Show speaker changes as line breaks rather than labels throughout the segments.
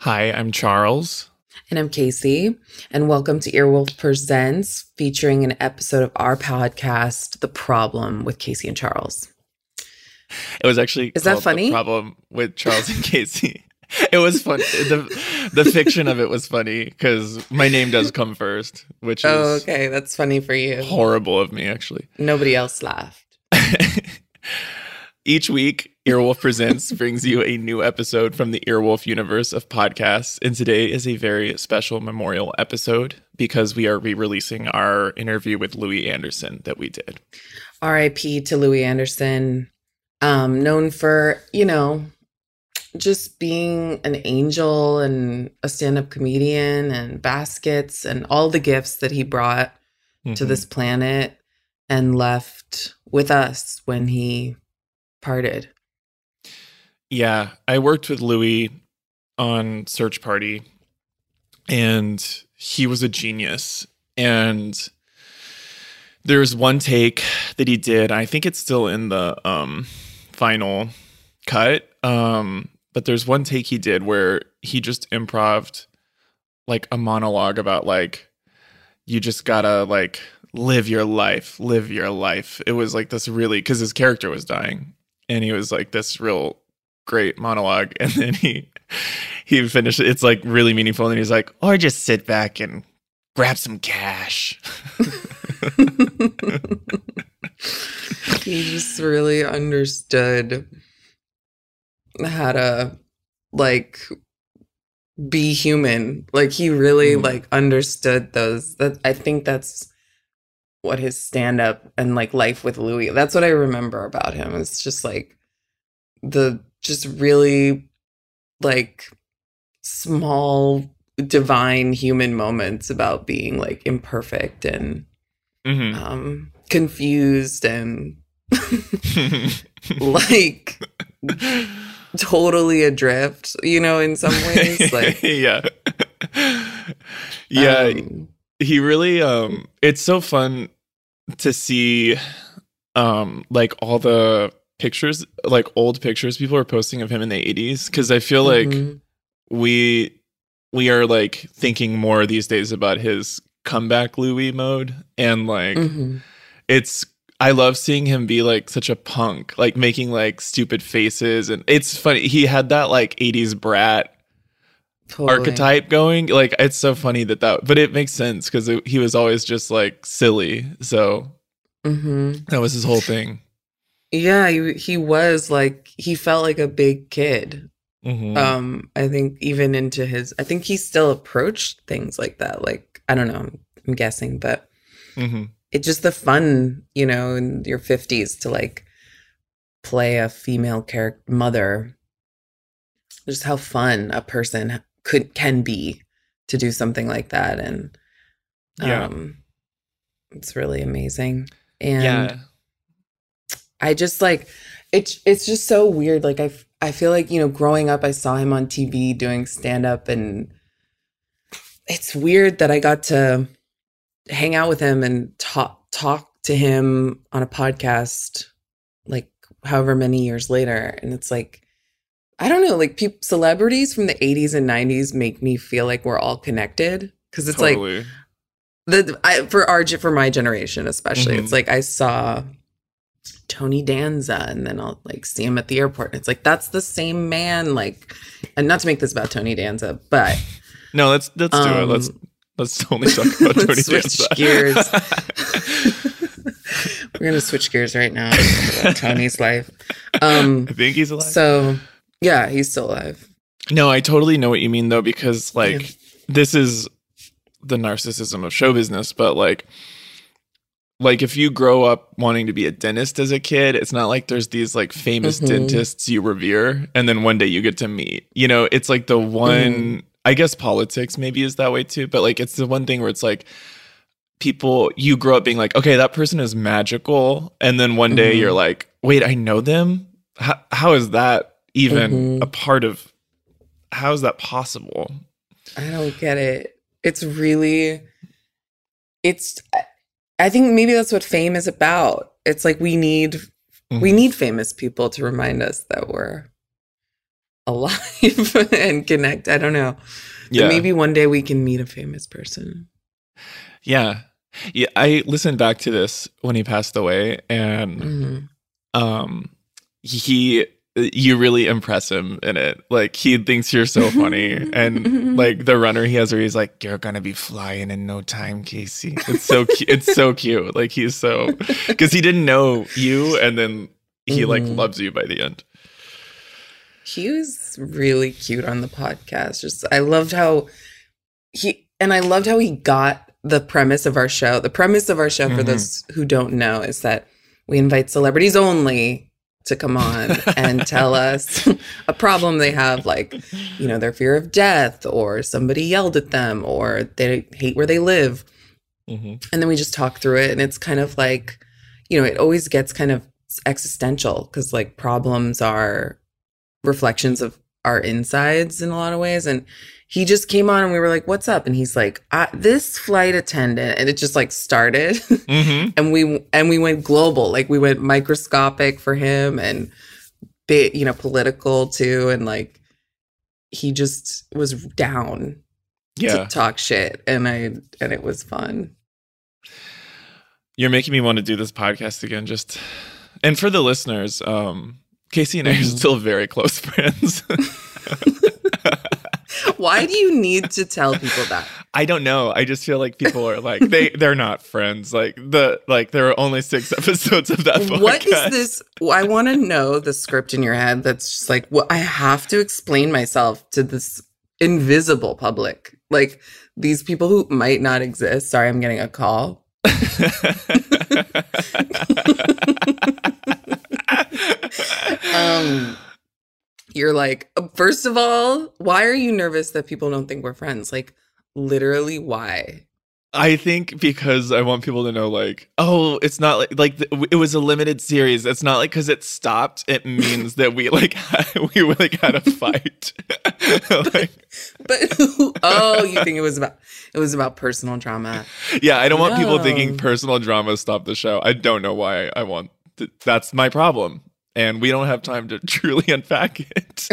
Hi, I'm Charles.
And I'm Casey, and welcome to Earwolf Presents, featuring an episode of our podcast, The Problem with Casey and Charles.
It was actually
Is that
called The
funny?
problem with Charles and Casey. It was fun. the The fiction of it was funny because my name does come first, which is
Oh, okay. That's funny for you.
horrible of me actually.
Nobody else laughed.
Each week, Earwolf Presents brings you a new episode from the Earwolf universe of podcasts. And today is a very special memorial episode because we are re releasing our interview with Louis Anderson that we did.
RIP to Louis Anderson, um, known for, you know, just being an angel and a stand up comedian and baskets and all the gifts that he brought to
Mhm.
this planet and left with us when he parted.
Yeah, I worked with Louis on Search Party, and he was a genius. And there's one take that he did. I think it's still in the um, final cut. Um, but there's one take he did where he just improved like a monologue about like you just gotta like live your life, live your life. It was like this really because his character was dying, and he was like this real great monologue and then he he finished it. it's like really meaningful and then he's like or just sit back and grab some cash
he just really understood how to like be human like he really
Mm.
like understood those that i think that's what his stand up and like life with louis that's what i remember about him it's just like the just really like small divine human moments about being like imperfect and
Mhm.
um confused and like totally adrift you know in some ways like
yeah yeah
um,
he really um it's so fun to see um like all the pictures like old pictures people are posting of him in the 80s because i feel like
mhm.
we we are like thinking more these days about his comeback Louis mode and like
Mhm.
it's I love seeing him be like such a punk, like making like stupid faces and it's funny he had that like 80s brat
Totally.
archetype going. Like it's so funny that that but it makes sense cuz he was always just like silly. So
Mhm.
that was his whole thing.
yeah he, he was like he felt like a big kid
Mhm.
um i think even into his i think he still approached things like that like i don't know i'm guessing but
Mhm.
it's just the fun, you know, in your 50s to like play a female character mother. Just how fun a person could can be to do something like that and
Yeah.
um it's really amazing. And
yeah.
I just like it's it's just so weird. Like I f- I feel like you know, growing up, I saw him on TV doing stand up, and it's weird that I got to hang out with him and talk talk to him on a podcast, like however many years later, and it's like. I don't know, like people, celebrities from the 80s and 90s make me feel like we're all connected because it's like
totally.
the I, for our ge- for my generation especially
Mhm.
it's like i saw tony danza and then i'll like see him at the airport and it's like that's the same man like and not to make this about tony danza but
No, let's let's do it.
um,
Let's let's only talk about Tony
let's switch
Danza.
gears. we're gonna switch gears right now about tony's life um
I think he's alive.
so yeah he's still alive
No, I totally know what you mean though, because like this is the narcissism of show business, but like like if you grow up wanting to be a dentist as a kid, it's not like there's these like famous
Mhm.
dentists you revere and then one day you get to meet. You know, it's like the one I guess politics maybe is that way too, but like it's the one thing where it's like people you grow up being like, okay, that person is magical, and then one day
Mhm.
you're like, wait, I know them. How, how is that even
Mhm.
a part of how is that possible?
I don't get it. It's really, it's. I- I think maybe that's what fame is about. It's like we need we
Mhm.
need famous people to remind us that we're alive and connect. I don't know. But
Yeah.
maybe one day we can meet a famous person.
Yeah. Yeah. I listened back to this when he passed away and
Mhm.
um he you really impress him in it. Like he thinks you're so funny. and like the runner he has where he's like, You're gonna be flying in no time, Casey. It's so cute. it's so cute. Like he's so because he didn't know you and then he like
Mhm.
loves you by the end.
He was really cute on the podcast. Just I loved how he and I loved how he got the premise of our show. The premise of our show for
Mhm.
those who don't know is that we invite celebrities only to come on and tell us a problem they have like you know their fear of death or somebody yelled at them or they hate where they live
Mhm.
and then we just talk through it and it's kind of like you know it always gets kind of existential because like problems are reflections of our insides in a lot of ways and he just came on and we were like what's up and he's like I, this flight attendant and it just like started
Mhm.
and we and we went global like we went microscopic for him and bit you know political too and like he just was down
Yeah.
to talk shit and i and it was fun
You're making me want to do this podcast again. Just and for the listeners, um, Casey and I are
Mhm.
still very close friends.
Why do you need to tell people that?
I don't know. I just feel like people are like they they're not friends. Like the like there are only six episodes of that podcast.
What is this? I want to know the script in your head that's just like, well, I have to explain myself to this invisible public. Like these people who might not exist. Sorry, I'm getting a call. Um, you're like, first of all, why are you nervous that people don't think we're friends? Like, literally, why?
I think because I want people to know, like, oh, it's not like like the, it was a limited series. It's not like because it stopped. It means that we like we like had a fight. Like,
But oh, you think it was about it was about personal trauma.
yeah, I don't want people thinking
No.
personal drama stopped the show. I don't know why I want. th- that's my problem, and we don't have time to truly unpack it.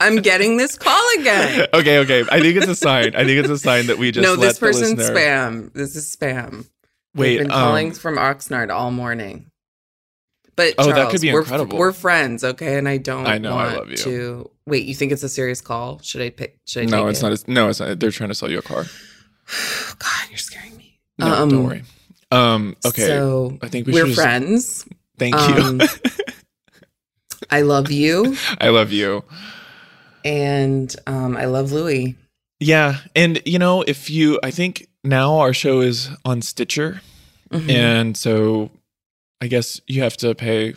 I'm getting this call again.
okay, okay. I think it's a sign. I think it's a sign that we just
no,
let
this
the
person's
listener-
spam. This is spam.
Wait,
We've been
um,
calling from Oxnard all morning. But
Oh, that
Charles,
could be
we're,
incredible.
We're friends, okay? And I don't.
I know, I
Want
love you.
To wait, you think it's a serious call? Should I pick? Should I?
no,
take
it's
it?
not. A, no, it's not. They're trying to sell you a car.
Oh, God, you're scaring me. Um,
No, don't worry. Um, okay.
So
I think we
we are
should just-
friends.
Thank you.
Um, I love you,
I love you.
and um, I love Louis.
Yeah, and you know, if you, I think now our show is on Stitcher,
Mhm.
and so I guess you have to pay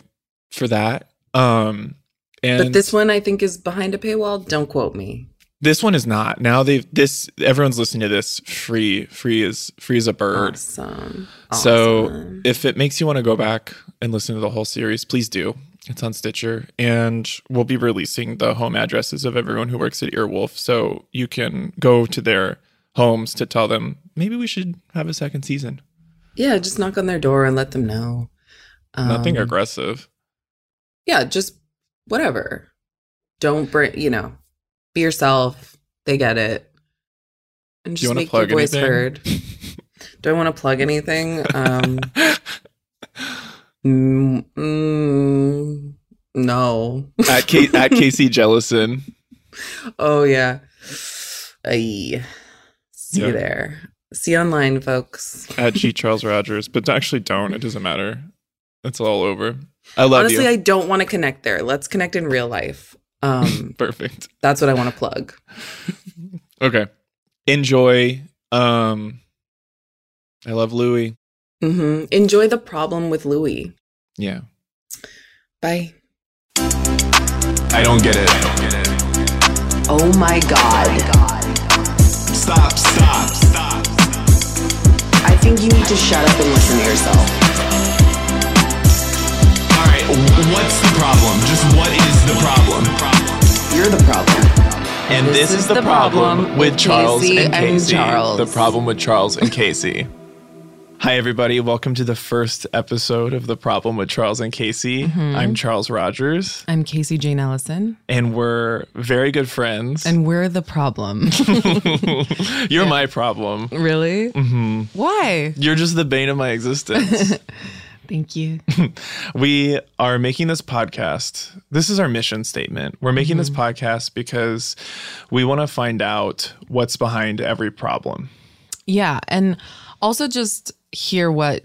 for that. Um, and
but this one I think is behind a paywall. Don't quote me.
this one is not. Now they've this. Everyone's listening to this free. Free is free as a bird.
Awesome.
So,
Awesome.
If it makes you want to go back and listen to the whole series, please do. It's on Stitcher, and we'll be releasing the home addresses of everyone who works at Earwolf, so you can go to their homes to tell them maybe we should have a second season.
yeah, just knock on their door and let them know. Um,
Nothing aggressive.
yeah, just whatever. Don't bring, you know, be yourself. They get it. And
Do you
just
want to
make your
plug
voice
anything?
heard. Do I want to plug anything? Um, mm, mm, no.
at, K- at Casey Jellison.
Oh yeah. Ay. See
Yeah.
you there. See you online, folks.
at G Charles Rogers, but actually don't. It doesn't matter. It's all over. I love
Honestly,
you.
I don't want to connect there. Let's connect in real life. Um,
Perfect.
that's what I want to plug.
Okay. Enjoy. Um, I love Louis.
hmm Enjoy the problem with Louis.
Yeah.
Bye.
I don't get it.
Oh my God.
Stop, stop, stop.
I think you need to shut up and listen to yourself.
All right, what's the problem? Just what is the problem?
You're the problem.
And this, is, the, problem, with Charles
Casey
and
and
Casey.
Charles.
The problem with Charles and Casey. Hi, everybody. Welcome to the first episode of The Problem with Charles and Casey.
Mm-hmm.
I'm Charles Rogers,
I'm Casey Jane Ellison,
and we're very good friends.
and we're the problem.
You're my problem.
really? Mm-hmm. Why?
You're just the bane of my existence.
Thank you.
we are making this podcast. This is our mission statement. We're making this
Mm-hmm.
podcast because we want to find out what's behind every problem.
Yeah. And also just hear what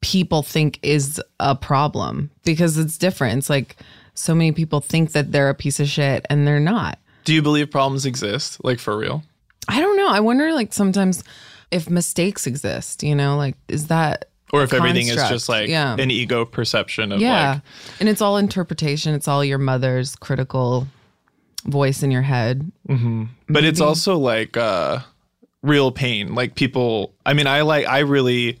people think is a problem because it's different. It's like so many people think that they're a piece of shit and they're not.
Do you believe problems exist? Like for real?
I don't know. I wonder, like, sometimes if mistakes exist, you know, like, is that.
Or if everything is
construct.
just like
Yeah.
an ego perception of
Yeah.
like,
and it's all interpretation. It's all your mother's critical voice in your head.
but it's also like uh real pain. Like people, I mean, I like, I really,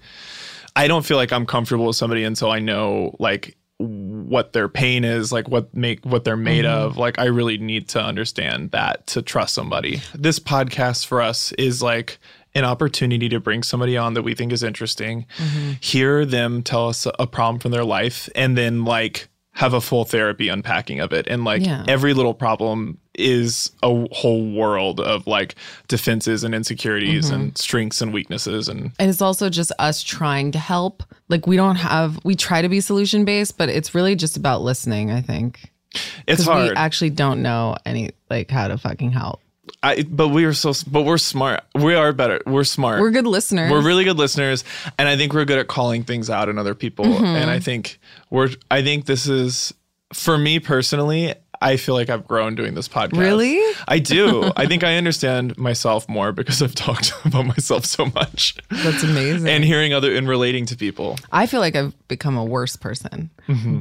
I don't feel like I'm comfortable with somebody until I know like what their pain is, like what make what they're made
Mm-hmm.
of. Like I really need to understand that to trust somebody. This podcast for us is like an opportunity to bring somebody on that we think is interesting,
Mm-hmm.
hear them tell us a problem from their life, and then like have a full therapy unpacking of it. And like
Yeah.
every little problem is a whole world of like defenses and insecurities
Mm-hmm.
and strengths and weaknesses and
And it's also just us trying to help. Like we don't have we try to be solution based, but it's really just about listening, I think.
it's
Because
hard.
we actually don't know any like how to fucking help.
I, but we are so, but we're smart. We are better. We're smart.
We're good listeners.
We're really good listeners, and I think we're good at calling things out in other people.
Mm-hmm.
And I think we're. I think this is for me personally. I feel like I've grown doing this podcast.
Really?
I do. I think I understand myself more because I've talked about myself so much,
That's amazing.
and hearing other and relating to people.
I feel like I've become a worse person.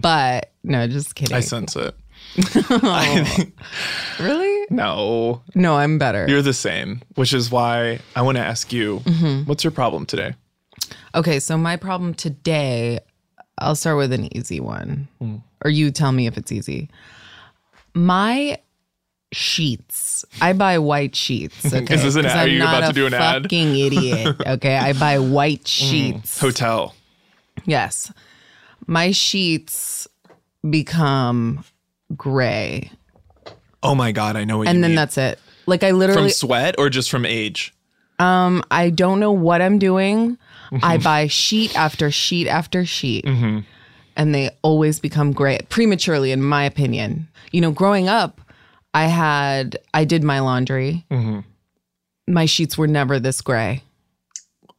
But no, just kidding.
Mm-hmm. I sense it. I think,
really?
no,
No, I'm better.
you're the same, which is why I want to ask you,
Mm-hmm.
what's your problem today?
okay, so my problem today, I'll start with an easy one.
Hmm.
Or you tell me if it's easy. My sheets. I buy white sheets. Okay,
this an
'Cause
ad? Are
I'm
you
not
about to
a
do an ad? Hmm.
Fucking idiot. Okay, I buy white sheets.
Hotel.
Yes, my sheets become gray,
Oh my god, I know what you
and then
mean.
that's it. Like I
from
literally,
sweat or just from age.
um, I don't know what I'm doing. I buy sheet after sheet after sheet. And they always become gray prematurely, in my opinion. You know, growing up, I had, I did my laundry. My sheets were never this gray.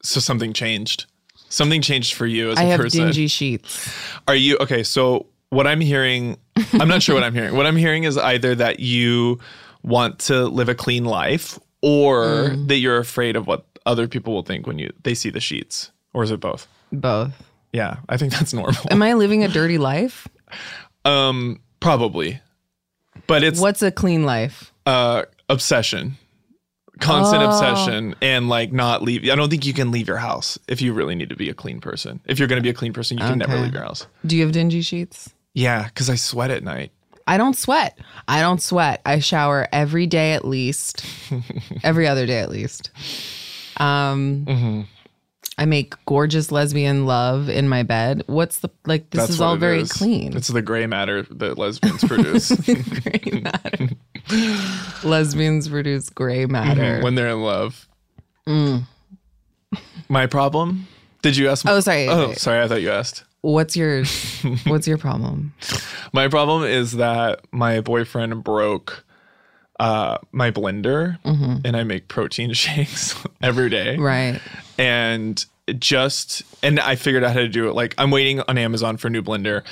So something changed. Something changed for you as a eh?
I have
person.
dingy sheets.
Are you okay? So what I'm hearing, I'm not sure what I'm hearing. What I'm hearing is either that you want to live a clean life, or
Mm.
that you're afraid of what other people will think when you they see the sheets, or is it both?
Both.
Yeah, I think that's normal.
Am I living a dirty life?
Um, probably, but it's
What's a clean life?
uh obsession, constant
Oh.
obsession, and like not leave. I don't think you can leave your house if you really need to be a clean person. If you're going to be a clean person, you can never
Okay.
leave your house.
Do you have dingy sheets?
Yeah, because I sweat at night.
I don't sweat. I don't sweat. I shower every day at least, every other day at least. Um,
Mm-hmm.
I make gorgeous lesbian love in my bed. What's the like? This
That's
is
what
all
it
very
is.
clean.
It's the gray matter that lesbians produce
gray matter. Lesbians produce
Mm-hmm.
gray matter.
when they're in love. My problem? Did you ask?
Mm. Oh, sorry.
Oh, sorry. I thought you asked.
What's your What's your problem?
My problem is that my boyfriend broke uh, my blender, and I make protein shakes every day.
Mm-hmm. Right.
and just and I figured out how to do it. Like I'm waiting on Amazon for a new blender.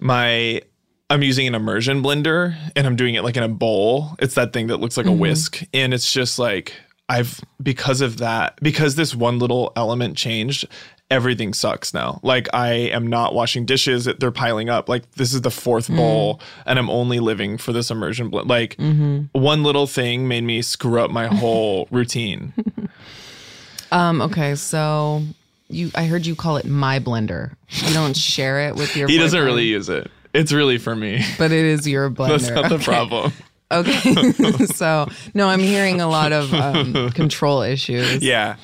My I'm using an immersion blender and I'm doing it like in a bowl. It's that thing that looks like a whisk and it's just like I've because of that because this one little element changed everything sucks now. Like I am not washing dishes, they're piling up. Like this is the fourth bowl and I'm only living for this immersion blend. Like one little thing made me screw up my whole routine.
Um. Okay. So you, I heard you call it my blender. You don't share it with your.
He doesn't
boyfriend,
really use it. It's really for me.
But it is your
That's
blender.
not the
Okay.
problem.
Okay. so, no, I'm hearing a lot of um, control issues.
Yeah.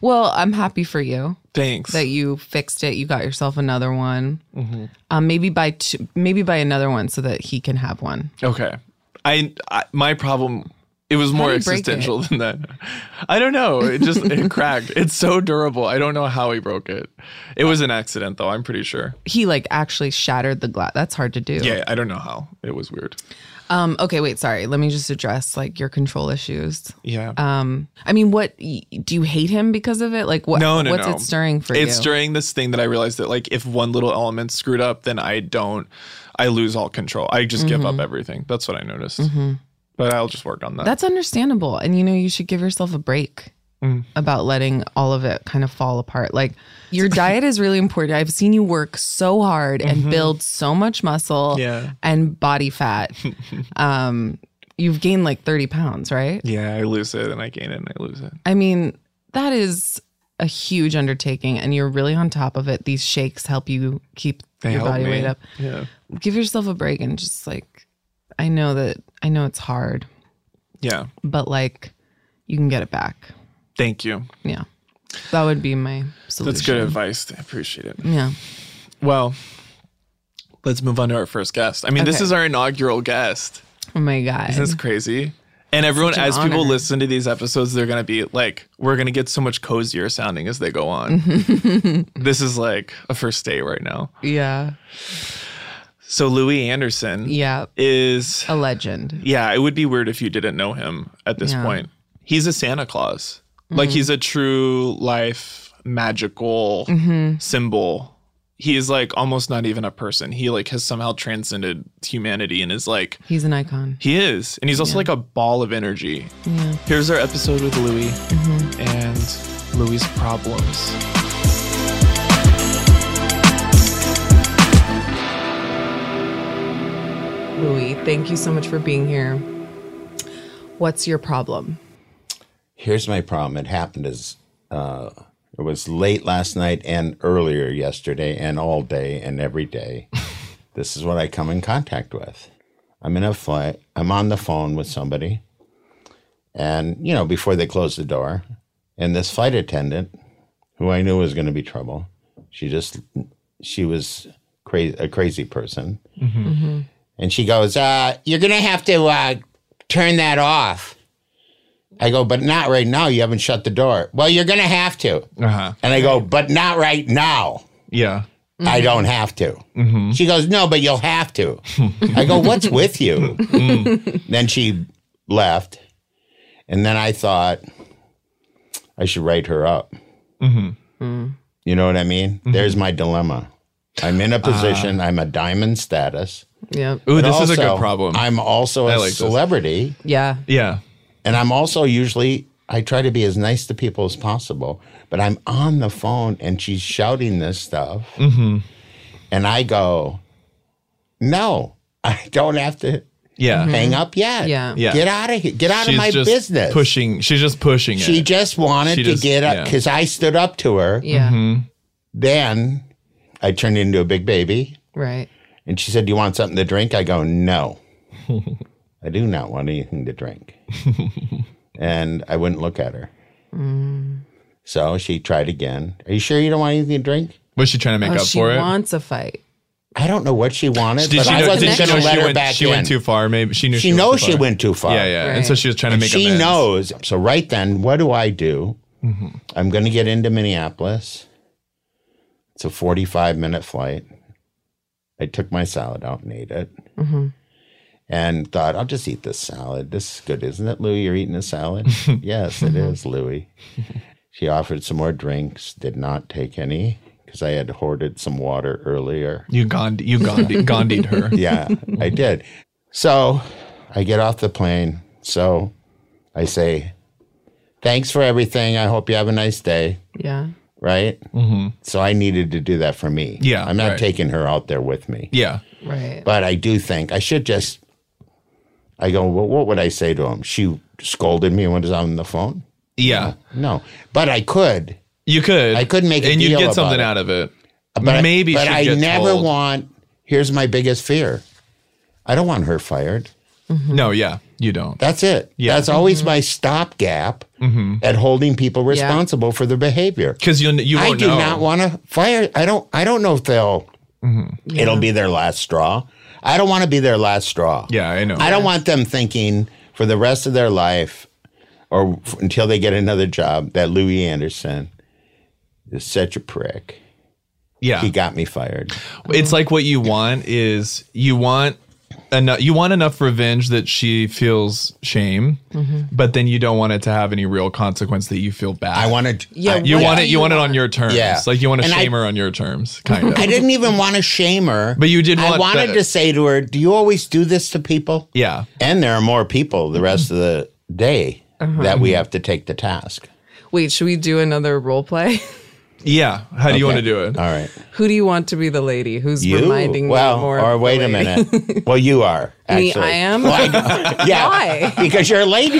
Well, I'm happy for you
Thanks.
that you fixed it. You got yourself another one.
Mhm.
Um, maybe buy two, maybe buy another one so that he can have one.
Okay. I, I my problem it was more
did he break
existential than that. I don't know. It just it cracked. It's so durable. I don't know how he broke it. It was an accident though, I'm pretty sure.
He like actually shattered the glass. That's hard to do.
Yeah, I don't know how. It was weird.
Um. Okay. Wait. Sorry. Let me just address like your control issues.
Yeah.
Um. I mean, what y- do you hate him because of it? Like what?
No, no,
What's
no.
it stirring for you?
it's during this thing that I realized that like if one little element screwed up, then I don't I lose all control. I just give up everything. That's what I noticed. But I'll just work on that.
Mm-hmm. That's understandable. And you know, you should give yourself a break
Mm.
about letting all of it kind of fall apart. Like your diet is really important. I've seen you work so hard and build so much muscle
Mm-hmm. Yeah.
and body fat. um, you've gained like 30 pounds, right?
yeah, I lose it and I gain it and I lose it.
I mean, that is a huge undertaking and you're really on top of it. These shakes help you keep
They
your
help
body
me.
weight up.
Yeah.
Give yourself a break and just like I know that I know it's hard,
Yeah.
but like you can get it back.
Thank you.
Yeah. That would be my solution.
That's good advice. I appreciate it.
Yeah.
Well, let's move on to our first guest. I mean, this
Okay.
is our inaugural guest.
Oh my God.
Isn't this crazy? And everyone,
an
as people
honor.
listen to these episodes, they're going to be like, we're going to get so much cozier sounding as they go on. this is like a first date right now.
yeah.
So, Louis Anderson
Yeah.
is,
A legend.
yeah, it would be weird if you didn't know him at this
Yeah. Mm-hmm.
point. He's a Santa Claus. Like, he's a true life magical
Mm-hmm.
symbol. He is like almost not even a person. He like has somehow transcended humanity and is like,
He's an icon.
He is. And he's also like a ball of energy.
Yeah.
Here's our episode with Louis
Mm-hmm.
and Louis' problems.
Louis, thank you so much for being here. What's your problem?
Here's my problem. It happened as uh, it was late last night and earlier yesterday and all day and every day. this is what I come in contact with. I'm in a flight. I'm on the phone with somebody, and you know before they close the door, and this flight attendant, who I knew was going to be trouble, she just she was crazy a crazy person, and she goes, uh, "You're going to have to uh, turn that off." I go, but not right now. You haven't shut the door. Well, you're going to have to.
Uh-huh.
And I go, but not right now.
Yeah. Mm-hmm.
I don't have to. She goes, no, but you'll have to. I go, what's with you?
Mm.
then she left. And then I thought I should write her up.
Mm-hmm.
You know what I mean? There's my dilemma. I'm in a position, I'm a diamond status.
Yeah.
Ah. Ooh,
but
this is a good
also,
problem.
I'm also
I
a
like this.
celebrity.
Yeah.
yeah.
And I'm also usually I try to be as nice to people as possible, but I'm on the phone and she's shouting this stuff.
Mm-hmm.
And I go, "No, I don't have to
Yeah.
hang up yet.
Mm-hmm. Yeah.
Yeah.
Get out of here. Get out of my
just
business."
pushing. She's just pushing
She
it.
just wanted
She
to
just-
get up
yeah.
because I stood up to her.
Yeah.
Then I turned into a big baby
Right.
and she said, Do you want something to drink? I go, No. I do not want anything to drink. and I wouldn't look at her.
Mm.
So she tried again. Are you sure you don't want anything to drink?
Was she trying to make
Oh,
up
she
for it?
wants a fight.
I don't know what she wanted,
Did
but
she know,
I
did
wasn't
she
going
know
to let
she,
her
went,
back
she
in.
went too far? Maybe she knew
she
she,
knows she
too far.
went too far.
Yeah, yeah. And so
Right.
she was trying to make
she
amends. Mm-hmm.
knows. So right then, what do I do? I'm going to get into Minneapolis. It's a 45 minute flight. I took my salad out and ate it,
Mm-hmm.
and thought I'll just eat this salad. This is good, isn't it, Louie? You're eating a salad. yes, it
Mm-hmm.
is, Louie. She offered some more drinks. Did not take any because I had hoarded some water earlier
You Gandhi, you Gandhi, Gandhi'd her.
yeah, I did. So I get off the plane. So I say, thanks for everything. I hope you have a nice day.
Yeah.
Right. Mm-hmm. So I needed to do that for me.
Yeah,
I'm not
right.
taking her out there with me.
Yeah.
Right.
But I do think I should just, I go, well, what would I say to him? She scolded me when I was on the phone.
Yeah.
No, but I could.
You could.
I could make a
And you'd
deal
get
about
something
it.
out of it.
But
Maybe
I, but
she'd
I
get
never
told.
want, here's my biggest fear. I don't want her fired.
No, yeah. You don't.
That's it.
Yeah. Mm-hmm.
That's always my stopgap at holding people responsible for their behavior.
Because you you
I
won't
do
know.
not want to fire. I don't. I don't know if they'll.
Mm-hmm.
It'll be their last straw. I don't want to be their last straw.
Yeah, I know.
I don't want them thinking for the rest of their life, or f- until they get another job, that Louis Anderson is such a prick.
yeah.
He got me fired.
It's like what you want is you want enough you want enough revenge that she feels shame,
Mm-hmm.
but then you don't want it to have any real consequence that you feel bad.
I wanted.
Yeah,
I-
you
What
want
do
it. You,
you
want, it on your terms.
Yeah.
Like you want to
And I-
shame her on your terms, kind of.
I didn't even want to shame her.
But you did
I
want
wanted
the-
to say to her, "Do you always do this to people?"
yeah.
And there are more people the rest of the day
Uh-huh.
that we have to take the task.
Wait, should we do another role play?
Yeah. How do you want to do it?
All right.
Who do you want to be the lady? Who's
You
reminding
well,
me more?
or
of the
wait a
lady?
minute. well, you are actually.
Me, I am.
Yeah,
Why?
because you're a lady.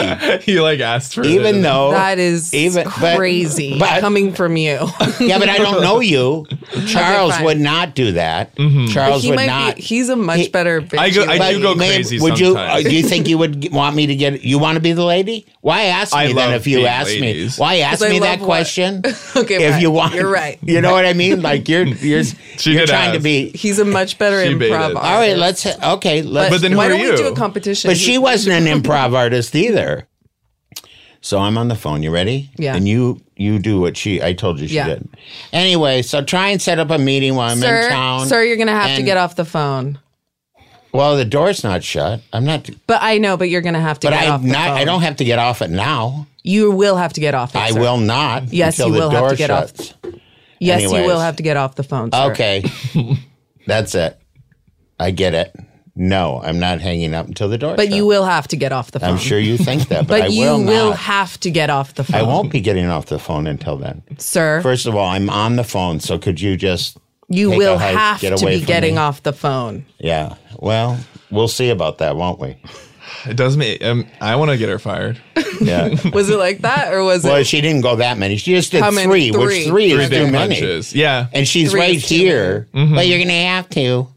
you like asked for
Even
it.
though
That is
even but-
crazy
but-
coming from you.
yeah, but I don't know you. Charles
fine.
would not do that.
Mm-hmm.
Charles
he
would
might
not.
be. He's a much
He-
better.
I go- I
vigilante.
do go
ma'am,
crazy
Would you? Uh,
sometimes.
do you think you would g- want me to get? You want to be the lady? Why ask
I
me then
love
if you
being
ask
ladies.
me? Why ask
'Cause I
me
love
that
what-
question?
Okay,
if
right.
you want,
You're right.
You know what I mean? Like you're you're
She
you're
did
trying to
ask.
be.
He's a much better
She baited.
improv.
All
All right,
artist.
let's okay. Let's,
But then who
Why
are
don't we do
you?
a competition?
But she wasn't an improv artist either. So I'm on the phone. You ready?
Yeah.
And you you do what she I told you she
Yeah.
did. Anyway, so try and set up a meeting while I'm in
sir,
town.
sir, you're gonna have to
and-
get off the phone.
Well, the door's not shut. I'm not.
But I know, but you're gonna have to
But
get
I
off the
not.
phone.
I don't have to get off it now.
You will have to get off. It,
I
sir.
will not.
Yes,
until
you
the
will have
door
to get off.
shuts.
Yes, you will
anyways.
have to get off the phone. Sir.
Okay. That's it. I get it. No, I'm not hanging up until the door.
But you
shuts.
will have to get off the phone.
I'm sure you think that,
Um,
but,
But
I
you
will
will,
not.
have to get off the phone.
I won't be getting off the phone until then.
sir.
First of all, I'm on the phone, so could you just
you
take
will
a hike,
have
get
to
away
be
from
getting
me?
off the phone.
Yeah. Well, we'll see about that, won't we?
It does me. Um, I want to get her fired.
Yeah.
Was it like that, or was
well,
it?
she didn't go that many. She just did
How
three,
many?
which
Three.
three,
Three
is too
big Mm-hmm.
many.
punches. Yeah.
And she's
Three
right
is too many.
here. But you're gonna have to.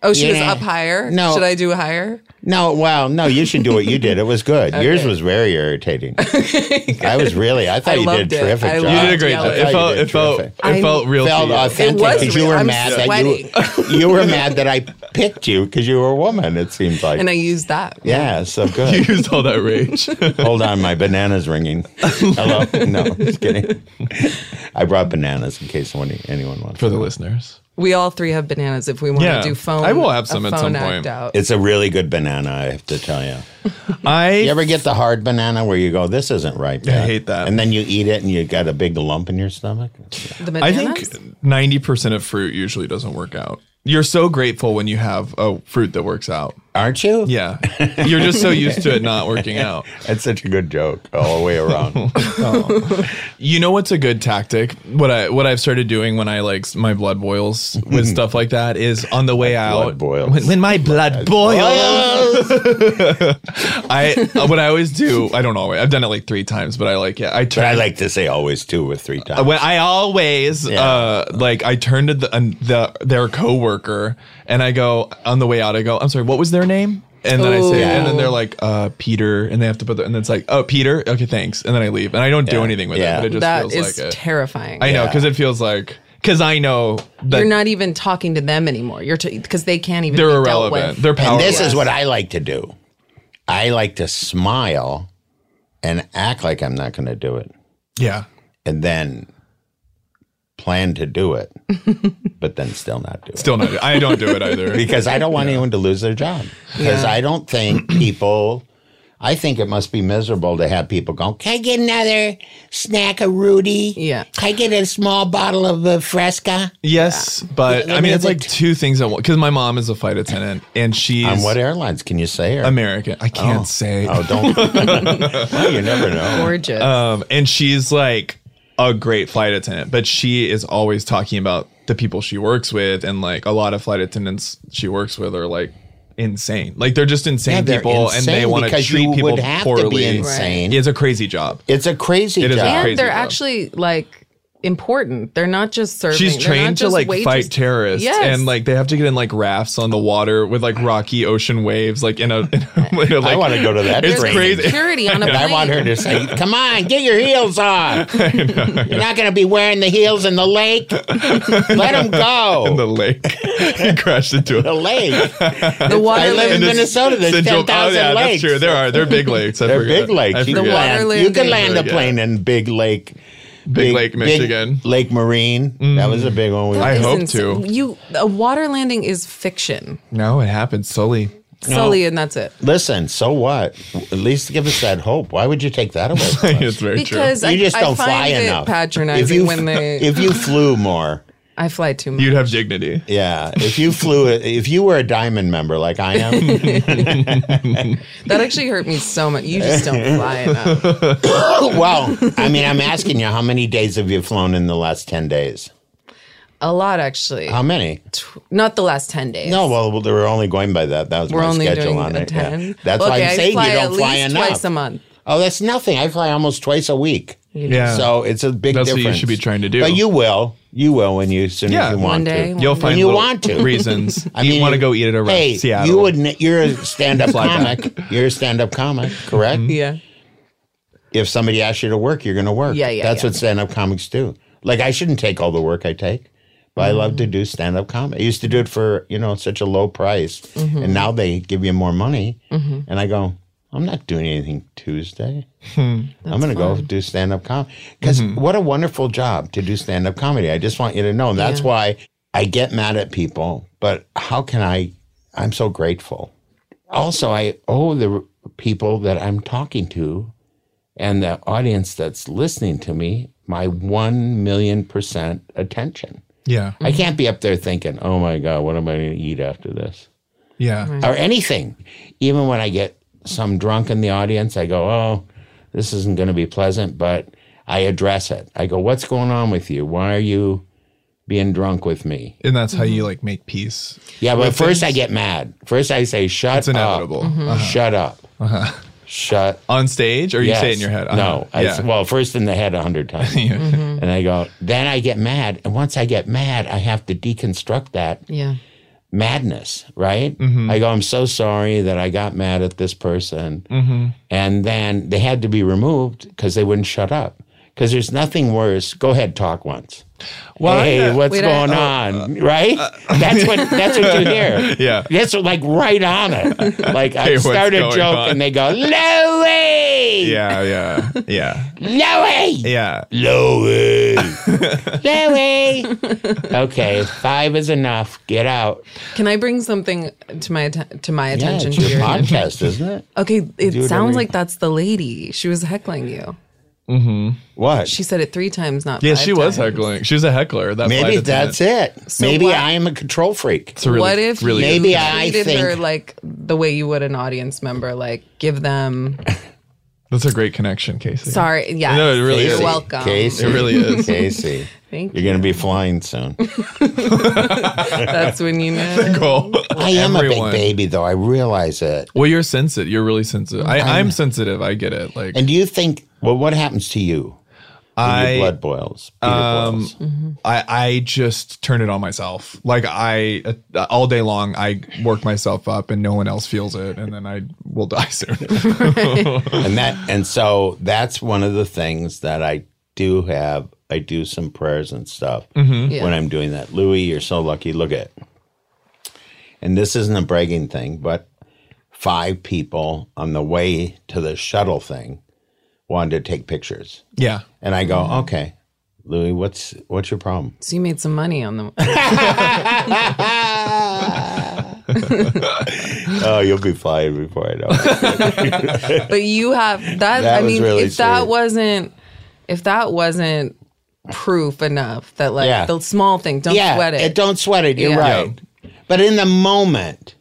Oh, she was
yeah.
up higher.
No.
should I do higher?
No, well, no, you should do what you did. It was good. Yours was very irritating. I was really. I thought
I
you
loved
did
it.
a terrific.
I
job.
loved
you did a great
Yeah,
job.
I
It
thought
felt. It felt. It felt real. to
felt
you.
authentic
was
because you
real.
were
I'm
mad
sweating.
that you you were mad that I picked you because you were a woman. It seems like.
And I used that.
yeah, so good.
You used all that rage.
Hold on, my banana's ringing. Hello? No, just kidding. I brought bananas in case anyone, anyone wants.
for the listeners.
We all three have bananas. If we want
Yeah.
to do phone,
I will have
a
some at
phone
some
act
point.
Out.
It's a really good banana, I have to tell you.
I
You ever get the hard banana where you go, this isn't right? Dad."
hate that.
And then you eat it and you got a big lump in your stomach.
The
I
bananas?
think ninety percent of fruit usually doesn't work out. You're so grateful when you have a fruit that works out.
Aren't you?
Yeah, you're just so used to it not working out.
That's such a good joke all the way around.
You know what's a good tactic? What I what I've started doing when I like s- my blood boils with stuff like that is on the way out.
blood boils.
When, when my blood boils, I what I always do. I don't always. I've done it like three times, but I like yeah. I turn.
but I like to say always two or three times.
when I always
Yeah.
uh like I turn to the, um, the their coworker and I go on the way out I go I'm sorry what was their name and then I say
Ooh.
and then they're like uh Peter and they have to put the, and it's like oh Peter okay thanks and then I leave and I don't do
Yeah.
anything with it
Yeah.
but it just
That
feels
is
like it.
terrifying.
I know
Yeah.
because it feels like because I know that
You're not even talking to them anymore. You're because they can't even.
they're
be dealt
irrelevant
with.
they're
And
powerless
this is what I like to do. I like to smile and act like I'm not going to do it.
yeah
and then plan to do it, but then still not do it.
still not I don't do it either
Because I don't want anyone to lose their job. Because I don't think people, I think it must be miserable to have people go, Can I get another snack of Rudy?
Yeah.
Can I get a small bottle of uh, Fresca?
yes but
Yeah,
I mean it's
they-
like two things at once because my mom is a flight attendant and she's
On what airlines can you say? Or,
American I can't say
oh, don't. well, you never know.
gorgeous.
Um, and she's like a great flight attendant, but she is always talking about the people she works with, and like a lot of flight attendants she works with are like insane. Like they're just insane
Yeah, they're
people,
insane
and they want to
because
treat
you
people
would have to be
poorly.
insane.
It's a crazy job.
It's a crazy
It is a
job.
crazy
and they're
job.
actually like important. They're not just serving.
She's
they're not
trained to
just
like
waitresses.
fight terrorists,
Yes.
and like they have to get in like rafts on the water with like rocky ocean waves, like in a. In a, in a
I
like,
want to go to that
It's
training.
crazy.
Security on a plane.
I want her to say, "Come on, get your heels on. You're not going to be wearing the heels in the lake. Let them
in
go.
the lake. he crashed into a
The lake.
the
I
water
live in
lady-
Minnesota. There's
syndrome. Oh
ten thousand
yeah, that's
lakes.
true. There are. They're big lakes. I
They're
forget.
big lakes.
I
You
forget.
can,
The water
land, you can
landing.
land a
Yeah.
plane in Big Lake.
Big Lake, Michigan. Mm.
Lake Marine. That was a big one. We
I
is
hope
ins-
to.
You a water landing is fiction.
No, it happened. Sully.
Sully, and that's it.
Listen, so what? At least give us that hope. Why would you take that away? From us?
it's very
Because I,
You just
I
don't
find
fly
it
enough.
patronizing
if you,
when they
if you flew more,
I fly too much.
true. You'd have dignity.
yeah. If you flew, if you were a diamond member like I am,
That actually hurt me so much. You just don't fly enough.
well, I mean, I'm asking you, how many days have you flown in the last ten days?
A lot actually.
How many?
Not the last ten days.
No, well, they were only going by that. That was
we're
my
only
schedule
doing
on
a
it. yeah.
ten.
That's why
Okay,
I'm
I
saying
fly
you
at
don't fly
least
enough.
Twice a month.
Oh, that's nothing. I fly almost twice a week.
Yeah.
So it's a big
That's what you
difference.
should be trying to do.
But you will. You will when you, as soon
Yeah.
as you
One
want
One day.
to.
You'll
one day.
find
you
little
want to.
reasons.
I
you
mean,
want to go eat at a restaurant.
Hey,
Seattle.
you wouldn't. You're a stand-up
Fly back.
comic. You're a stand-up comic, correct?
Yeah.
If somebody asks you to work, you're going to work.
Yeah, yeah,
That's
yeah.
what stand-up comics do. Like I shouldn't take all the work I take, but I love to do stand-up comedy. I used to do it for you know such a low price,
Mm-hmm.
and now they give you more money, and I go. I'm not doing anything Tuesday.
Hmm,
I'm going to go do stand up comedy. Because
Mm-hmm.
what a wonderful job to do stand up comedy. I just want you to know. And that's why I get mad at people, but how can I? I'm so grateful. Also, I owe the people that I'm talking to and the audience that's listening to me my 1 million percent attention.
Yeah.
I can't be up there thinking, oh my God, what am I going to eat after this?
Yeah.
or anything. Even when I get some drunk in the audience, I go, "Oh, this isn't going to be pleasant," but I address it. I go, "What's going on with you? Why are you being drunk with me?"
And that's how
Mm-hmm.
you like make peace.
Yeah, but
With
first I
things?
get mad. First I say, "Shut
It's inevitable. Uh-huh.
up!
Mm-hmm.
Shut up! Shut."
On stage, or you
Yes.
say it in your head? Uh-huh.
No, I,
Yeah.
well, first in the head a hundred times, Mm-hmm. and I go. Then I get mad, and once I get mad, I have to deconstruct that
Yeah.
madness, right?
Mm-hmm.
I go, I'm so sorry that I got mad at this person.
Mm-hmm.
And then they had to be removed because they wouldn't shut up. Because there's nothing worse. Go ahead, talk once.
Well,
hey,
I-
what's
Wait, I-
going on? right? that's what that's what you hear.
uh, Yeah.
That's what, like right on it. Like
Hey,
I
what's
start a
going
joke
on?
and they go, Louie!
Yeah. Yeah. Yeah.
Louie!
Yeah.
Louie! Louie! Okay, five is enough. Get out.
Can I bring something to my atten- to my
Yeah,
attention
it's
here?
your podcast, isn't it?
Okay,
Do
it
it every-
sounds like that's the lady. She was heckling you.
What?
She said it three times, not
Yeah.
five
She was
times.
heckling. She was a heckler. That
Maybe
flight
that's
attendant.
it. Maybe
what-
I am a control freak.
It's a really,
what if
really
you
good-
Maybe I
treated her
think-
like the way you would an audience member? Like give them
That's a great connection, Casey.
sorry. Yeah,
No, it really
you're
is.
welcome.
Casey.
It really is.
Casey.
Thank
You're going to be flying soon.
That's when you know.
Cool.
I am
Everyone.
a big baby, though. I realize it.
Well, you're sensitive. You're really sensitive. I, I'm sensitive. I get it. Like
And do you think, well, what happens to you when
I, um,
your blood boils? Peter boils.
I I just turn it on myself. Like I uh, all day long I work myself up and no one else feels it and then I will die soon.
And that, and so that's one of the things that I do have. I do some prayers and stuff
Yeah.
when I'm doing that. Louis, you're so lucky. Look at, and this isn't a bragging thing, but five people on the way to the shuttle thing wanted to take pictures,
yeah.
and I go, okay, Louis, what's what's your problem?
So you made some money on the
oh, you'll be fired before I know. it.
But you have that.
That
I
was
mean,
really
if that
sweet.
wasn't, if that wasn't proof enough that like
Yeah.
the small thing, don't
yeah,
sweat it.
Don't sweat it. You're
Yeah.
right. But in the moment.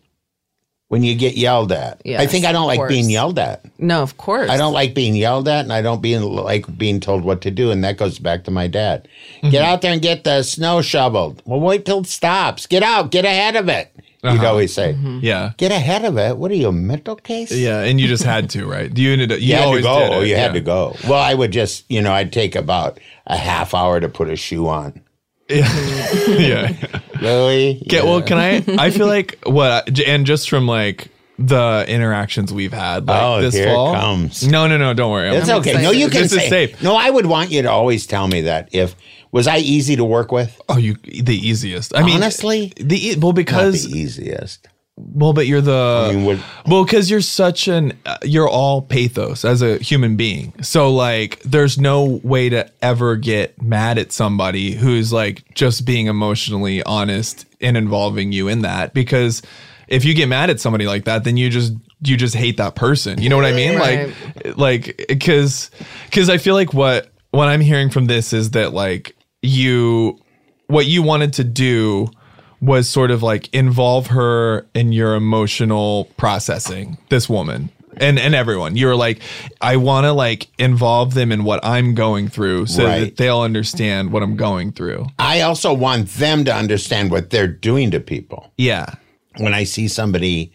When you get yelled at, I
Yes,
think I don't
of
like being
course.
yelled at.
no, of course.
I don't like being yelled at, and I don't being like being told what to do. And that goes back to my
Mm-hmm.
dad. Get out there and get the snow shoveled. Well, wait till it stops. Get out. Get ahead of it. He'd
Uh-huh.
always say,
Mm-hmm.
Yeah.
"Get ahead of it. What are you a mental case?"
Yeah. And you just had to, right? You ended up, you,
You, had to
always
go.
did it,
you
yeah.
had to go. Well, I would just, you know, I'd take about a half hour to put a shoe on.
yeah.
Really?
Get, Well, can I? I feel like what, j- and just from like the interactions we've had like
Oh,
this
here it
fall.
comes.
No, no, no. Don't worry. I'm-
It's okay. No,
excited.
you can
This is
say.
safe.
No, I would want you to always tell me that. If was I easy to work with?
Oh, you the easiest. I mean,
Honestly?
the e- well
Not the
because
easiest.
well, but you're the
I mean, what-
well because you're such an uh, you're all pathos as a human being. So like, there's no way to ever get mad at somebody who's like just being emotionally honest and involving you in that because if you get mad at somebody like that, then you just you just hate that person. You know what I mean?
Right.
Like, like because because I feel like what what I'm hearing from this is that like you what you wanted to do was sort of like involve her in your emotional processing this woman and and everyone you were like i want to like involve them in what i'm going through so that
Right.
they'll understand what i'm going through
I also want them to understand what they're doing to people.
yeah
When I see somebody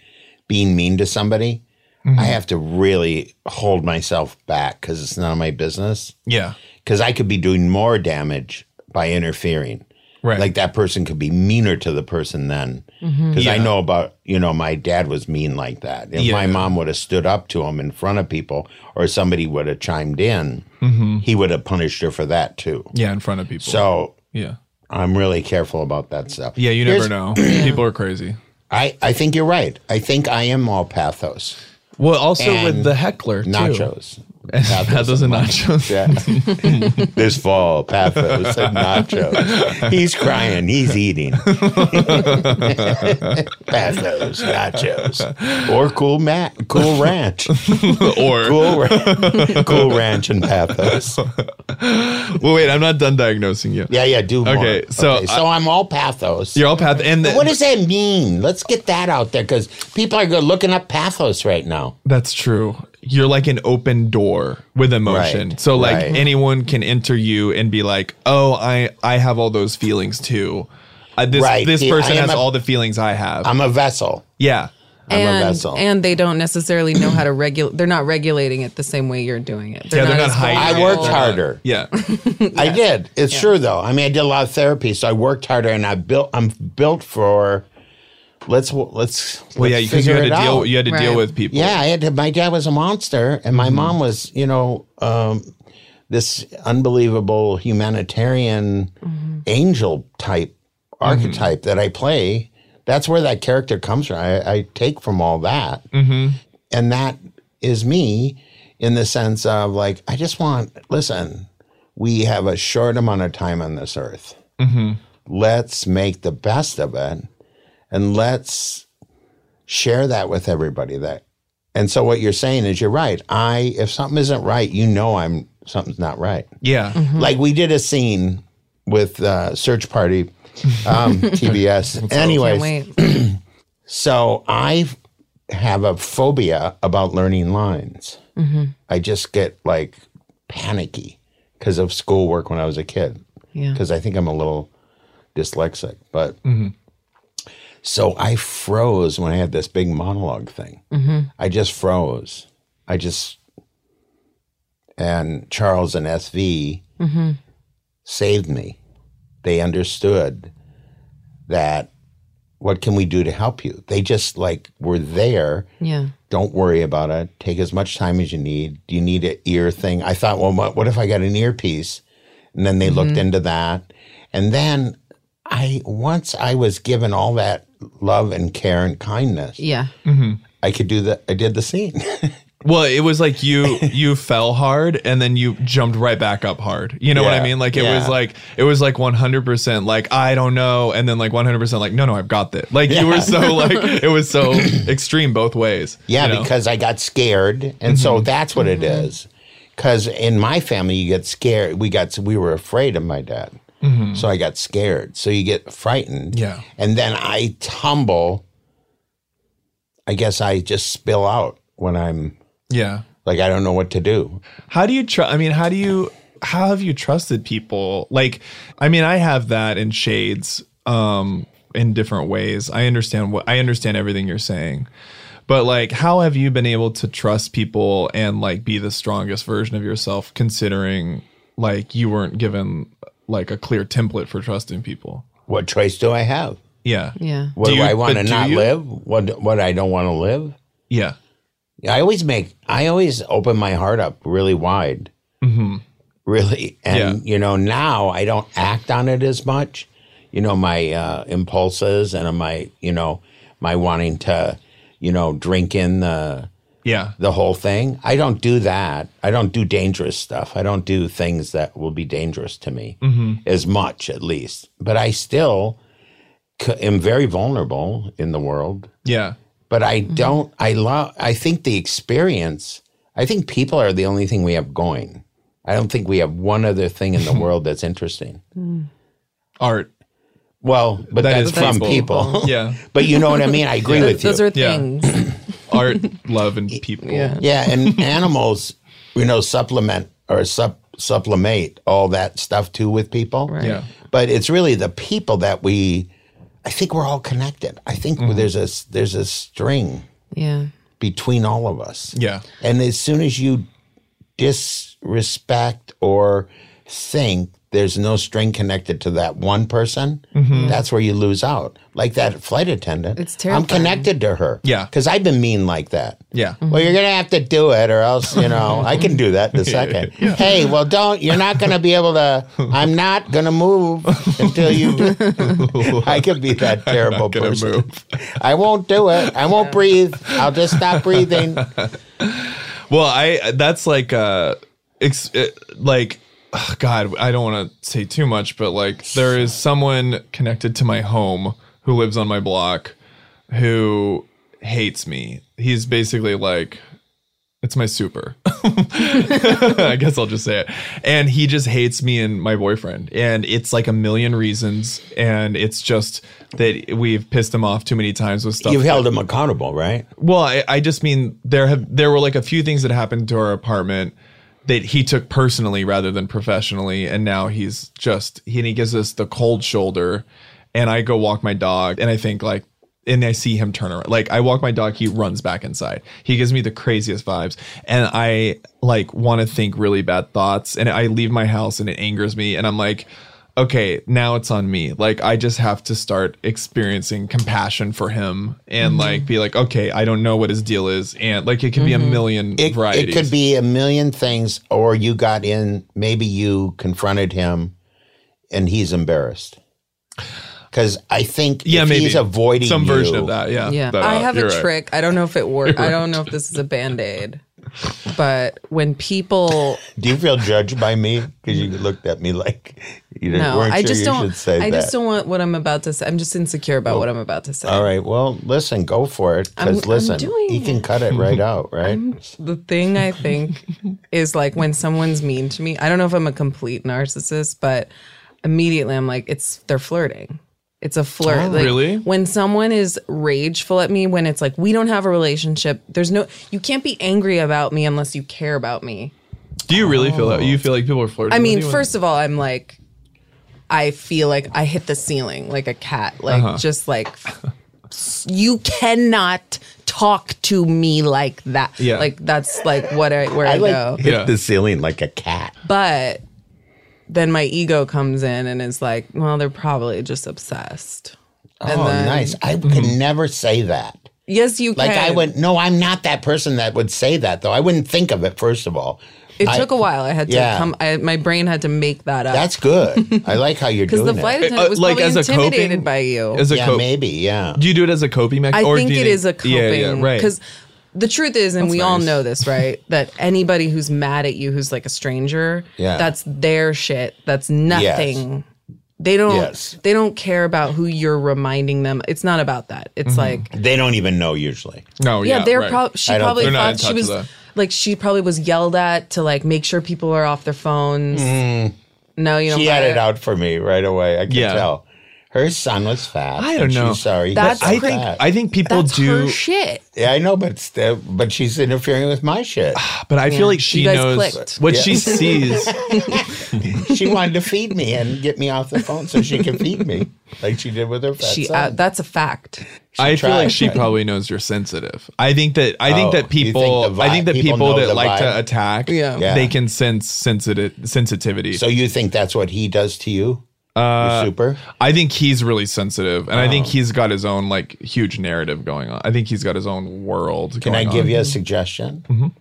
being mean to somebody,
Mm-hmm.
I have to really hold myself back because it's none of my business.
yeah
Because I could be doing more damage by interfering.
right Mm-hmm.
Like that person could be meaner to the person then. Because I know about, you know, my dad was mean like that. If
Yeah.
my mom would have stood up to him in front of people or somebody would have chimed in,
Mm-hmm.
he would have punished her for that too.
yeah in front of people
So
yeah
I'm really careful about that stuff.
yeah you
Here's-
never know people are crazy
I, I think you're right. I think I am all pathos.
well also with
And
the heckler too.
Nachos.
that doesn't nachos
Yeah. this fall, pathos and nachos. He's crying. He's eating. pathos, nachos, or cool mat, cool ranch,
or
cool, ra- cool ranch and pathos.
well wait i'm not done diagnosing you
Yeah, yeah. Do more.
Okay, so
so I'm all pathos.
you're all path and
What does that mean? Let's get that out there because people are go- looking up pathos right now.
That's true. You're like an open door with emotion.
Right,
So like
right.
anyone can enter you and be like, "Oh, I I have all those feelings too." Uh, this
Right.
this
Yeah,
person
I am
has
a-
all the feelings I have.
I'm a vessel.
yeah.
I'm a
and,
vessel.
and they don't necessarily know how to regulate. They're not regulating it the same way you're doing it.
yeah, they're not
as
hiding.
I
vulnerable.
worked harder.
Yeah.
I did. It's true though. I mean, I did a lot of therapy, so I worked harder, and I built. I'm built for. Let's let's.
Well, yeah,
let's
because you had to
figure it
deal
out.
you had to deal
Right.
with people.
yeah, I had to, my dad was a monster, and my mom was, you know, um, this unbelievable humanitarian angel type archetype that I play. That's where that character comes from. I, I take from all that, and that is me in the sense of like, I just want. Listen, we have a short amount of time on this earth. Let's make the best of it, and let's share that with everybody that and so what you're saying is you're right i if something isn't right you know i'm something's not right
Yeah.
Hmm.
like we did a scene with uh, search party um, tbs
Can't
anyways
wait.
so I have a phobia about learning lines.
Mm-hmm.
I just get like panicky because of schoolwork when I was a kid.
Yeah.
Because I think I'm a little dyslexic, but so I froze when I had this big monologue thing. I just froze. I just and Charles and SV saved me. They understood that what can we do to help you? They just like were there.
Yeah.
Don't worry about it. Take as much time as you need. Do you need an ear thing? I thought, well, what, what if I got an earpiece? And then they looked into that. And then I, once I was given all that love and care and kindness,
Yeah.
Mm-hmm.
I could do the, I did the scene.
Well, it was like you you fell hard and then you jumped right back up hard. You know what I
Yeah,
mean? Like it was
yeah.
like it was like 100% like I don't know and then like 100% like no no, I've got this. Like you were so like it was so extreme both ways.
Yeah,
you know? Mm-hmm.
because I got scared, and so that's what it is. Because in my family, you get scared. We got we were afraid of my dad, so I got scared. So you get frightened.
Mm-hmm. Yeah.
and then I tumble. I guess I just spill out when I'm
Yeah.
like I don't know what to do.
How do you trust? I mean, how do you? How have you trusted people? Like, I mean, I have that in shades. Um, in different ways. I understand what I understand everything you're saying. But like how have you been able to trust people and like be the strongest version of yourself considering like you weren't given like a clear template for trusting people?
What choice do I have?
Yeah.
Yeah.
What
Do
do,
you-
I want
but
to
do
not
you?
live? What what I don't want to live?
Yeah.
I always make I always open my heart up really wide. Really and you know now I don't act on it as much. You know my uh, impulses and my you know my wanting to you know drink in the
Yeah.
the whole thing. I don't do that. I don't do dangerous stuff. I don't do things that will be dangerous to me as much, at least. But I still c- am very vulnerable in the world.
Yeah.
But I
Mm-hmm.
don't, I love, I think the experience, I think people are the only thing we have going. I don't think we have one other thing in the world that's interesting.
Art.
Well, but
That
that's
is
from
people.
people.
Yeah.
but you know what I mean? I agree with you.
Those are
Yeah.
things.
Art, love and people. Yeah.
Yeah, and animals, you know, supplement or sup sublimate all that stuff too with people. Right.
Yeah.
But it's really the people that we I think we're all connected. I think
Mm-hmm.
there's a s- there's a string
Yeah.
between all of us.
Yeah.
And as soon as you disrespect or think there's no string connected to that one person,
Mm-hmm.
that's where you lose out. Like that flight attendant.
It's
I'm
terrifying.
connected to her.
Yeah.
Because I've been mean like that.
Yeah.
Well, you're going to have to do it, or else, you know, I can do that in a second. Hey, well, don't, you're not going to be able to, I'm not going to move until you do. I could be that terrible
gonna
person.
move.
I won't do it. I won't breathe. I'll just stop breathing.
Well, I that's like uh ex- it, like ugh, god, I don't want to say too much, but like there is someone connected to my home who lives on my block who hates me. He's basically like it's my super. I guess I'll just say it. And he just hates me and my boyfriend. And it's like a million reasons. And it's just that we've pissed him off too many times with stuff.
You've held him accountable, right?
Well, I, I just mean there have there were like a few things that happened to our apartment that he took personally rather than professionally, and now he's just he and he gives us the cold shoulder, and I go walk my dog, and I think like. And I see him turn around. Like I walk my dog, he runs back inside. He gives me the craziest vibes, and I like want to think really bad thoughts. And I leave my house, and it angers me. And I'm like, okay, now it's on me. Like I just have to start experiencing compassion for him
Mm-hmm.
and like be like, okay, I don't know what his deal is, and like it could be a million
Mm-hmm. It, it
varieties.
could be a million things, or you got in, maybe you confronted him and he's embarrassed. Because I think
yeah,
if
maybe
he's avoiding
some
you-
version of that. Yeah,
Yeah.
But,
I
uh,
have
you're
a
right.
trick. I don't know if it works. I don't know if this is a band aid, but when people
Do you feel judged by me? Because you looked at me like you didn't,
no,
weren't
I
sure
just
you
don't.
should say
I
that.
just don't want what I'm about to say. I'm just insecure about what I'm about to say.
All right. Well, listen, go for it.
I'm-
Because
I'm
listen,
doing
he can
it.
cut it right out, right?
The thing I think is like when someone's mean to me. I don't know if I'm a complete narcissist, but immediately I'm like, it's they're flirting. It's a flirt.
Oh,
Like,
really?
When someone is rageful at me, when it's like we don't have a relationship, there's no. You can't be angry about me unless you care about me.
Do you really feel
Oh.
that? You feel like people are flirting?
I mean,
with you?
first of all, I'm like, I feel like I hit the ceiling like a cat. Like,
Uh-huh.
just like, you cannot talk to me like that.
Yeah.
Like, that's like what I, where I,
I like
go.
hit
Yeah.
the ceiling like a cat.
But then my ego comes in and is like, well, they're probably just obsessed. And
oh,
then- Mm-hmm.
nice. I could never say that.
Yes, you
Like
can.
I would no, I'm not that person that would say that though. I wouldn't think of it first of all.
It
I-
took a while. I had to
Yeah.
come. I, my brain had to make that up.
That's good. I like how you're doing
because the flight
it.
attendant
Uh,
was
like,
probably
as a coping-
intimidated by you.
as a
Yeah,
cop-
maybe. Yeah.
do you do it as a coping
I
mechanism?
think it is a coping.
Yeah, yeah, right.
Because the truth is, and we all
nice.
know this, right? that anybody who's mad at you, who's like a stranger,
Yeah.
that's their shit. That's nothing. They don't.
Yes.
They don't care about who you're reminding them. It's not about that. It's like,
They don't even know usually.
no,
yeah,
Mm-hmm. yeah,
they're
right.
probably. She
I don't
probably
think-
They're not in
thought she
touch
was
with that.
like she probably was yelled at to like make sure people
Mm-hmm.
are off their phones. No, you don't.
She
buy
had
it.
it out for me right away. I can
Yeah.
tell. Her son was fat.
I don't
and
know.
She's sorry.
That's
I
I
think.
think I think people
That's
do,
her shit.
yeah, I know, but it's the- but she's interfering with my shit.
but I feel like she
You guys
knows
clicked.
what
Yeah.
she sees.
she wanted to feed me and get me off the phone so she could feed me, like she did with her fat
She uh,
son.
that's a fact.
I feel like
tried,
she
right?
probably knows you're sensitive. I think that I think
Oh,
that
you think
people
the
I
vibe-
think that
people
people,
know the
that like
vibe?
to attack
Yeah.
Yeah.
they can sense sensitive sensitivity.
so you think that's what he does to you? Uh, super.
I think he's really sensitive and I
Oh.
think he's got his own like huge narrative going on. I think he's got his own world
Can I
going
give
on. Mm-hmm.
you a suggestion?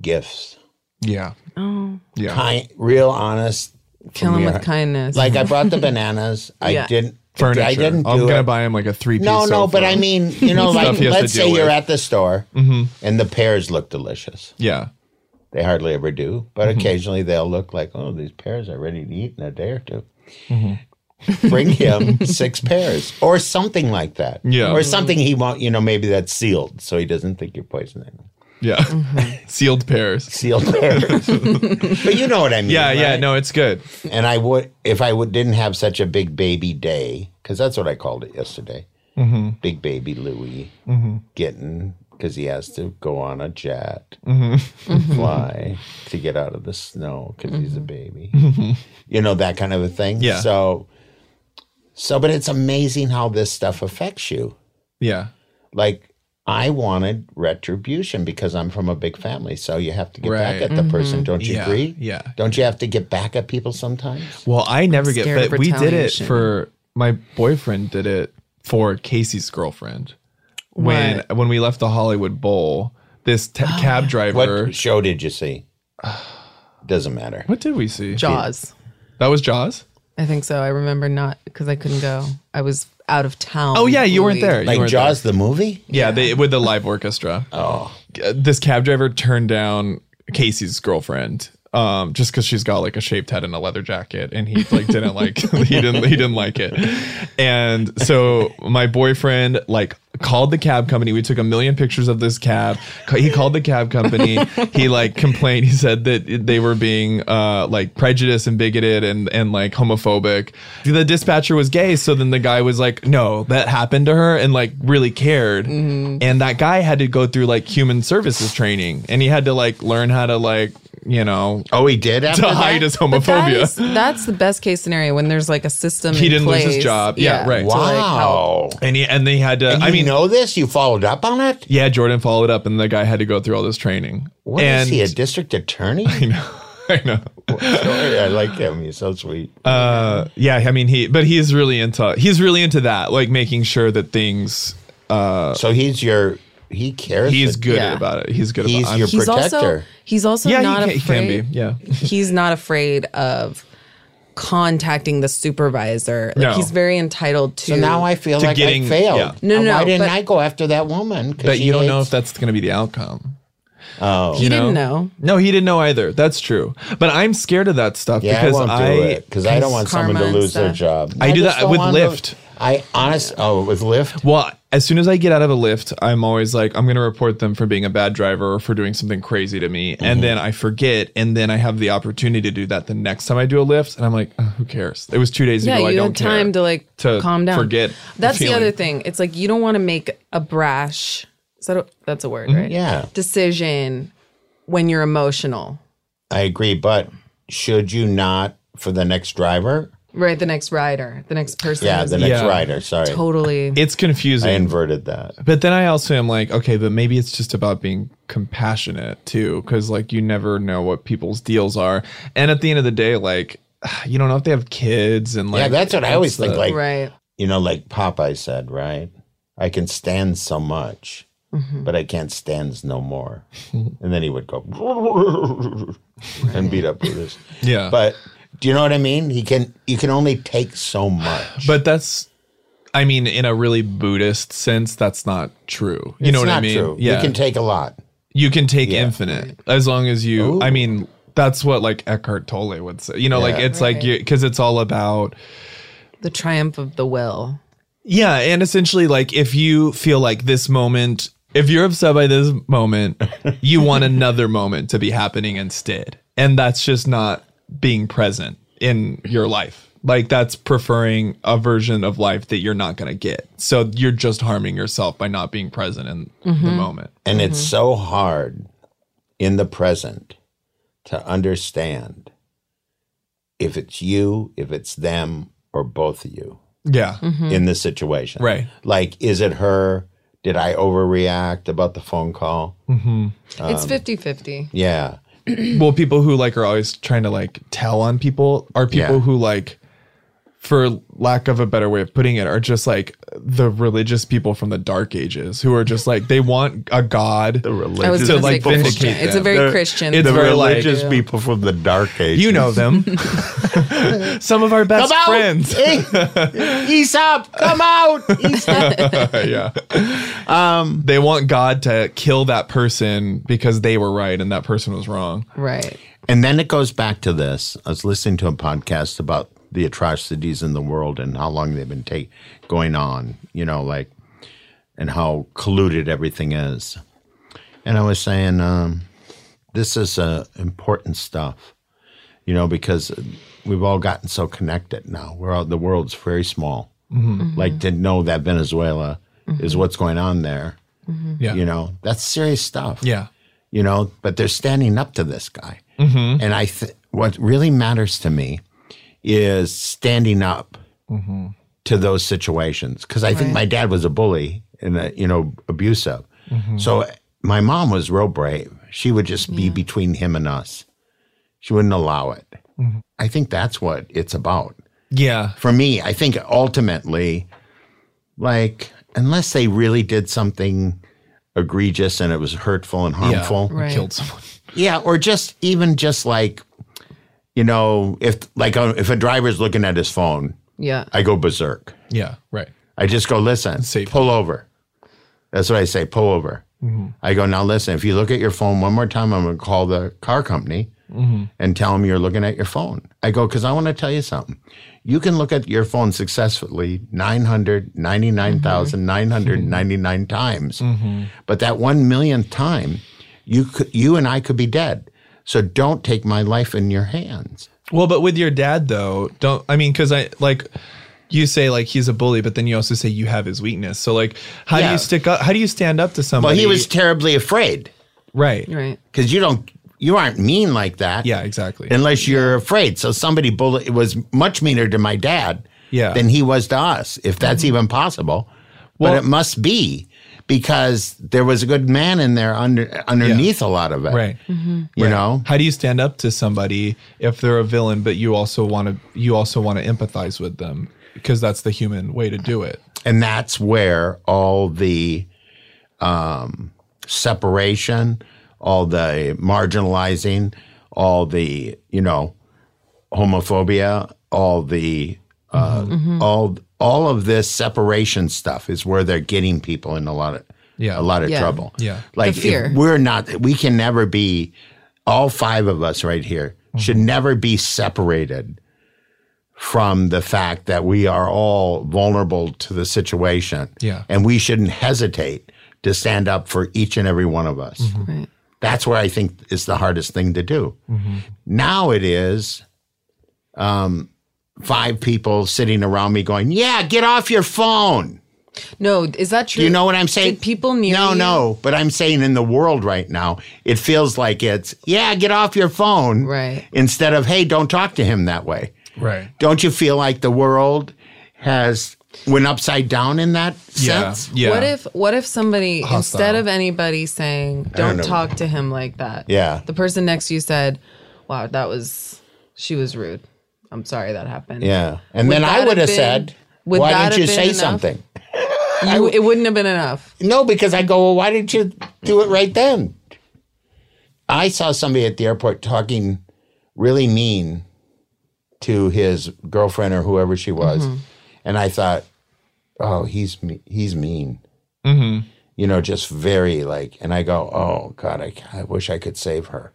Gifts,
Yeah. Yeah.
kind, real, honest.
Kill him
from your-
with kindness.
Like I brought the bananas. I
Yeah.
didn't.
Furniture.
I didn't do
am
it.
gonna buy him like a three piece. uh,
No, no, but I mean, you know,
Stuff
like
he has to
let's
deal
say you're
with. Mm-hmm.
at the store and the pears look delicious.
Yeah.
They hardly ever do, but
Mm-hmm.
occasionally they'll look like, oh, these pears are ready to eat in a day or 2
Mm-hmm.
Bring him six pears or something like that.
Yeah.
Or something he won't, you know, maybe that's sealed so he doesn't think you're poisoning him.
Yeah. Sealed pairs.
Sealed pears. but you know what I mean.
Yeah, yeah,
right?
no, it's good.
And I would, if I would, didn't have such a big baby day, because that's what I called it yesterday.
Mm-hmm.
Big baby Louis getting, because he has to go on a jet,
Mm-hmm.
fly to get out of the snow, because he's a baby. You know, that kind of a thing.
Mm-hmm. Yeah.
So, so, but it's amazing how this stuff affects you.
Yeah.
Like, I wanted retribution because I'm from a big family. So you have to get
Right.
back at the person. Don't you
Yeah,
agree?
yeah.
Don't you have to get back at people sometimes?
Well, I never get,
scared
but
of
we did it
retaliation.
for my boyfriend. Did it for Casey's girlfriend when when we left the Hollywood Bowl. This t- cab
What
driver. What,
show did you see? Doesn't matter.
did we see?
Jaws.
That was Jaws.
I think so. I remember not because I couldn't go. I was out of town.
Oh yeah, you weren't
Louis.
there. You
Like
weren't
Jaws the movie?
there. Yeah, they with the live orchestra.
Oh,
Uh, This cab driver turned down Casey's girlfriend. Um, just because she's got like a shaved head and a leather jacket, and he like didn't like he didn't he didn't like it, and so my boyfriend like called the cab company. We took a million pictures of this cab. Ca- He called the cab company. he like complained. He said that they were being uh, like prejudiced and bigoted and and like homophobic. The dispatcher was gay, so then the guy was like, "No, that happened to her," and like really cared.
Mm-hmm.
And that guy had to go through like human services training, and he had to like learn how to like you know
oh, he did. After
to
that?
hide his
But that is,
homophobia.
that's the best case scenario when there's like a system.
He
in
didn't lose his
place.
job. Yeah, right.
to, like, help.
Wow.
And he and they had to.
And
I
you
mean,
know this? You followed up on it?
yeah, Jordan followed up, and the guy had to go through all this training.
What is
and
he? A district attorney?
I know. I know.
Sorry, I like him. He's so sweet.
Uh, yeah, I mean he, but he's really into he's really into that, like making sure that things.
so he's your. He cares.
He's
that-
good
Yeah.
about it. He's good
He's
about.
your-
it.
He's also
Protector.
he's also
yeah,
not
he, can,
afraid.
he can be. Yeah,
he's not afraid of contacting the supervisor. Like
No.
he's very entitled to.
So now I feel
To
like
getting-
I failed.
yeah.
No,
Uh,
no,
Why didn't
but-
I go after that woman? 'Cause
but
she
you don't know if
hates-
that's going to be the outcome.
Oh,
he didn't know.
No, he didn't know either. That's true. But I'm scared of that stuff
yeah,
because
I won't do it because I don't want someone to
karma and
lose their
stuff.
job.
I do
just
that
don't
with
want to-
Lyft.
I honest. Oh, with Lyft.
Well, as soon as I get out of a lift, I'm always like, I'm going to report them for being a bad driver or for doing something crazy to me.
Mm-hmm.
And then I forget. And then I have the opportunity to do that the next time I do a lift. And I'm like, "Oh, who cares? It was two days
Yeah,
ago. I
you
don't
had time
care.
to like
to
calm down.
forget the
That's the,
feeling.
other thing. It's like you don't want to make a brash. Is that a, that's a word, right?
Yeah.
Decision when you're emotional.
I agree, but should you not for the next driver?
Right, the next rider, the next person.
Yeah,
is
the next
Yeah.
rider. Sorry,
totally.
It's confusing.
I inverted that.
But then I also am like, okay, but maybe it's just about being compassionate too, because like you never know what people's deals are. And at the end of the day, like, you don't know if they have kids and like.
yeah, that's what I always think.
the-
Like
right.
you know, like Popeye said, right? I can stand so much, but I can't stand no more. and then he would go and beat up Brutus.
Yeah. But,
But do you know what I mean? He can. You can only take so much.
but that's, I mean, in a really Buddhist sense, that's not true. You know
It's
what I
not
mean?
True.
Yeah.
You can take a lot.
take infinite as long as you, I mean, that's what like Eckhart Tolle would say. You know, like
Yeah.
it's like you, because it's all about
The triumph of the will.
Yeah, and essentially, like if you feel like this moment, if you're upset by this moment, you want another moment to be happening instead, and that's just not being present in your life. Like that's preferring a version of life that you're not going to get. So you're just harming yourself by not being present in the moment.
And it's so hard in the present to understand if it's you, if it's them, or both of you
Yeah.
in this situation.
Right.
Like, is it her? Did I overreact about the phone call?
it's 50 50.
Yeah.
well people who like are always trying to like tell on people are people
Yeah.
who like for lack of a better way of putting it are just like the religious people from the dark ages who are just like they want a god
I was
religious
to
going to say
like
Christian.
vindicate
It's a
them.
very Christian.
it's
the
very like-
religious people from the dark age.
you know them some of our best friends
he's up. Come out. He's
yeah um they want god to kill that person because they were right and that person was wrong
right.
And then it goes back to this. I was listening to a podcast about the atrocities in the world and how long they've been take, going on, you know, like, and how colluded everything is. And I was saying, um, this is uh, important stuff, you know, because we've all gotten so connected now. We're all, the world's very small. Like to know that Venezuela is what's going on there,
yeah
you know, that's serious stuff
yeah
you know, but they're standing up to this guy. And I, th- what really matters to me is standing up to those situations because I think my dad was a bully and uh, you know abusive. So uh, my mom was real brave. She would just be between him and us. She wouldn't allow it. I think that's what it's about
yeah
for me, I think ultimately, like, unless they really did something egregious and it was hurtful and harmful. Yeah.
Right.
killed someone
or just even just like, you know, if like uh, if a driver's looking at his phone,
Yeah.
I go berserk.
yeah right
I just go, listen,
Safety.
pull over. That's what I say, pull over. I go, now listen, if you look at your phone one more time, I'm going to call the car company and tell them you're looking at your phone. I go, because I want to tell you something. You can look at your phone successfully 999,999 times. But that one millionth time, you, could, you and I could be dead. So don't take my life in your hands.
Well, but with your dad though, don't I mean cuz I like you say like he's a bully, but then you also say you have his weakness. So like how do
Yeah.
you stick up how do you stand up to
Well,
somebody?
he was terribly afraid
right.
Right.
because you don't, you aren't mean like that.
Yeah, exactly.
unless you're afraid. So somebody bullet was much meaner to my dad
Yeah. Mm-hmm.
than he was to us, if that's even possible.
Well-
but it must be because there was a good man in there under underneath a lot of it.
right.
You know?
How do you stand up to somebody if they're a villain but you also want to you also want to empathize with them because that's the human way to do it.
And that's where all the um, separation, all the marginalizing, all the, you know, homophobia, all the uh,
Mm-hmm.
all all of this separation stuff is where they're getting people in a lot of
Yeah.
a lot of
Yeah.
trouble.
Yeah.
like if
fear.
we're not we can never be all five of us right here should
Mm-hmm.
never be separated from the fact that we are all vulnerable to the situation.
Yeah.
and we shouldn't hesitate to stand up for each and every one of us.
Right.
That's where I think is the hardest thing to do. Now it is um, five people sitting around me going, Yeah, get off your phone.
No, is that true?
Do you know what I'm saying?
Did people near
No,
you?
no. But I'm saying in the world right now, it feels like it's, Yeah, get off your phone.
Right.
Instead of, Hey, don't talk to him that way.
Right.
Don't you feel like the world has went upside down in that
Yeah.
sense?
Yeah.
What if what if somebody instead
Hostile.
of anybody saying don't
know.
talk to him like that?
Yeah.
The person next to you said, "Wow, that was she was rude. I'm sorry that happened."
Yeah. And
Would
then I
that
would have
been-
said,
would
Why
that
didn't you
have been
say
enough?
something?
You, it wouldn't have been enough.
No, because I go, well, why didn't you do it right then? I saw somebody at the airport talking really mean to his girlfriend or whoever she was, and I thought, oh, he's me- he's mean. You know, just very like, and I go, oh God, I, I wish I could save her.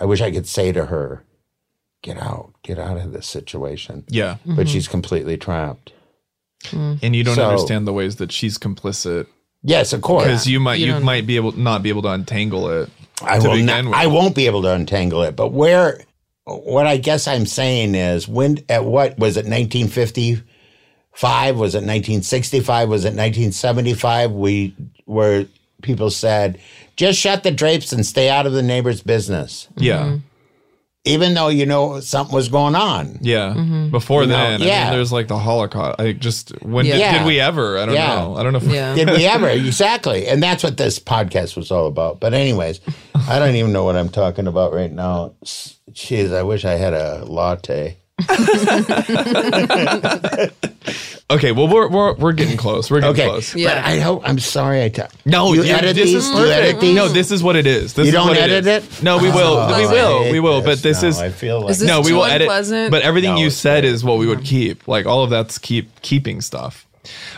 I wish I could say to her, get out, get out of this situation.
Yeah.
But she's completely trapped. Mm-hmm.
And you don't
So-
understand the ways that she's complicit
Yes, of course.
cuz you might
You
you,
don't-
might be able not be able to untangle it.
I
to
will
begin
not,
with.
I won't be able to untangle it. But where what I guess I'm saying is when at what was it 1955 was it 1965 was it 1975 we where people said just shut the drapes and stay out of the neighbor's business
Yeah.
even though you know something was going on
Yeah.
Mm-hmm.
Before then, I
yeah.
mean, there's like the Holocaust. I just, when
Yeah.
did,
Yeah.
did we ever? I don't
Yeah.
know. I don't know if
Yeah.
did we ever exactly and that's what this podcast was all about but anyways I don't even know what I'm talking about right now S- jeez I wish I had a latte
Okay. Well, we're, we're, we're getting close. We're getting
okay
close.
Yeah.
but I hope I'm sorry I talked
No,
you
yeah,
edit
this
these
is
you edit
perfect.
these
No, this is what it is. This
You
is
don't
what
edit
is.
it?
No, we will.
Oh,
we
I
will.
hate
We will. But this
now.
is.
I feel like
Is this
no, we
too
will edit.
unpleasant? Mm-hmm.
But everything
No,
you
it's
said
good.
is what we would keep. Like all of that's keep keeping stuff.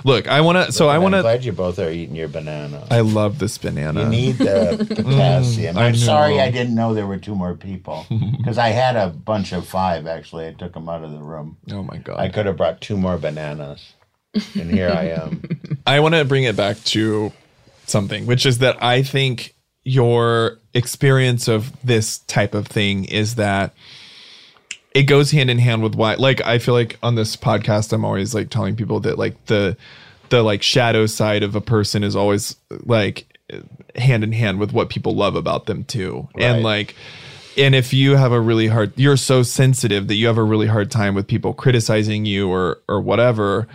Look, I want to. So I
I'm
want to.
glad you both are eating your banana.
I love this banana.
you need the potassium.
I
I'm
know.
sorry I didn't know there were two more people because I had a bunch of five actually. I took them out of the room.
oh my god.
I could have brought two more bananas, and here I am.
I want to bring it back to something, which is that I think your experience of this type of thing is that it goes hand in hand with why like I feel like on this podcast I'm always like telling people that like the the like shadow side of a person is always like hand in hand with what people love about them too. And
Right.
like and if you have a really hard you're so sensitive that you have a really hard time with people criticizing you or or whatever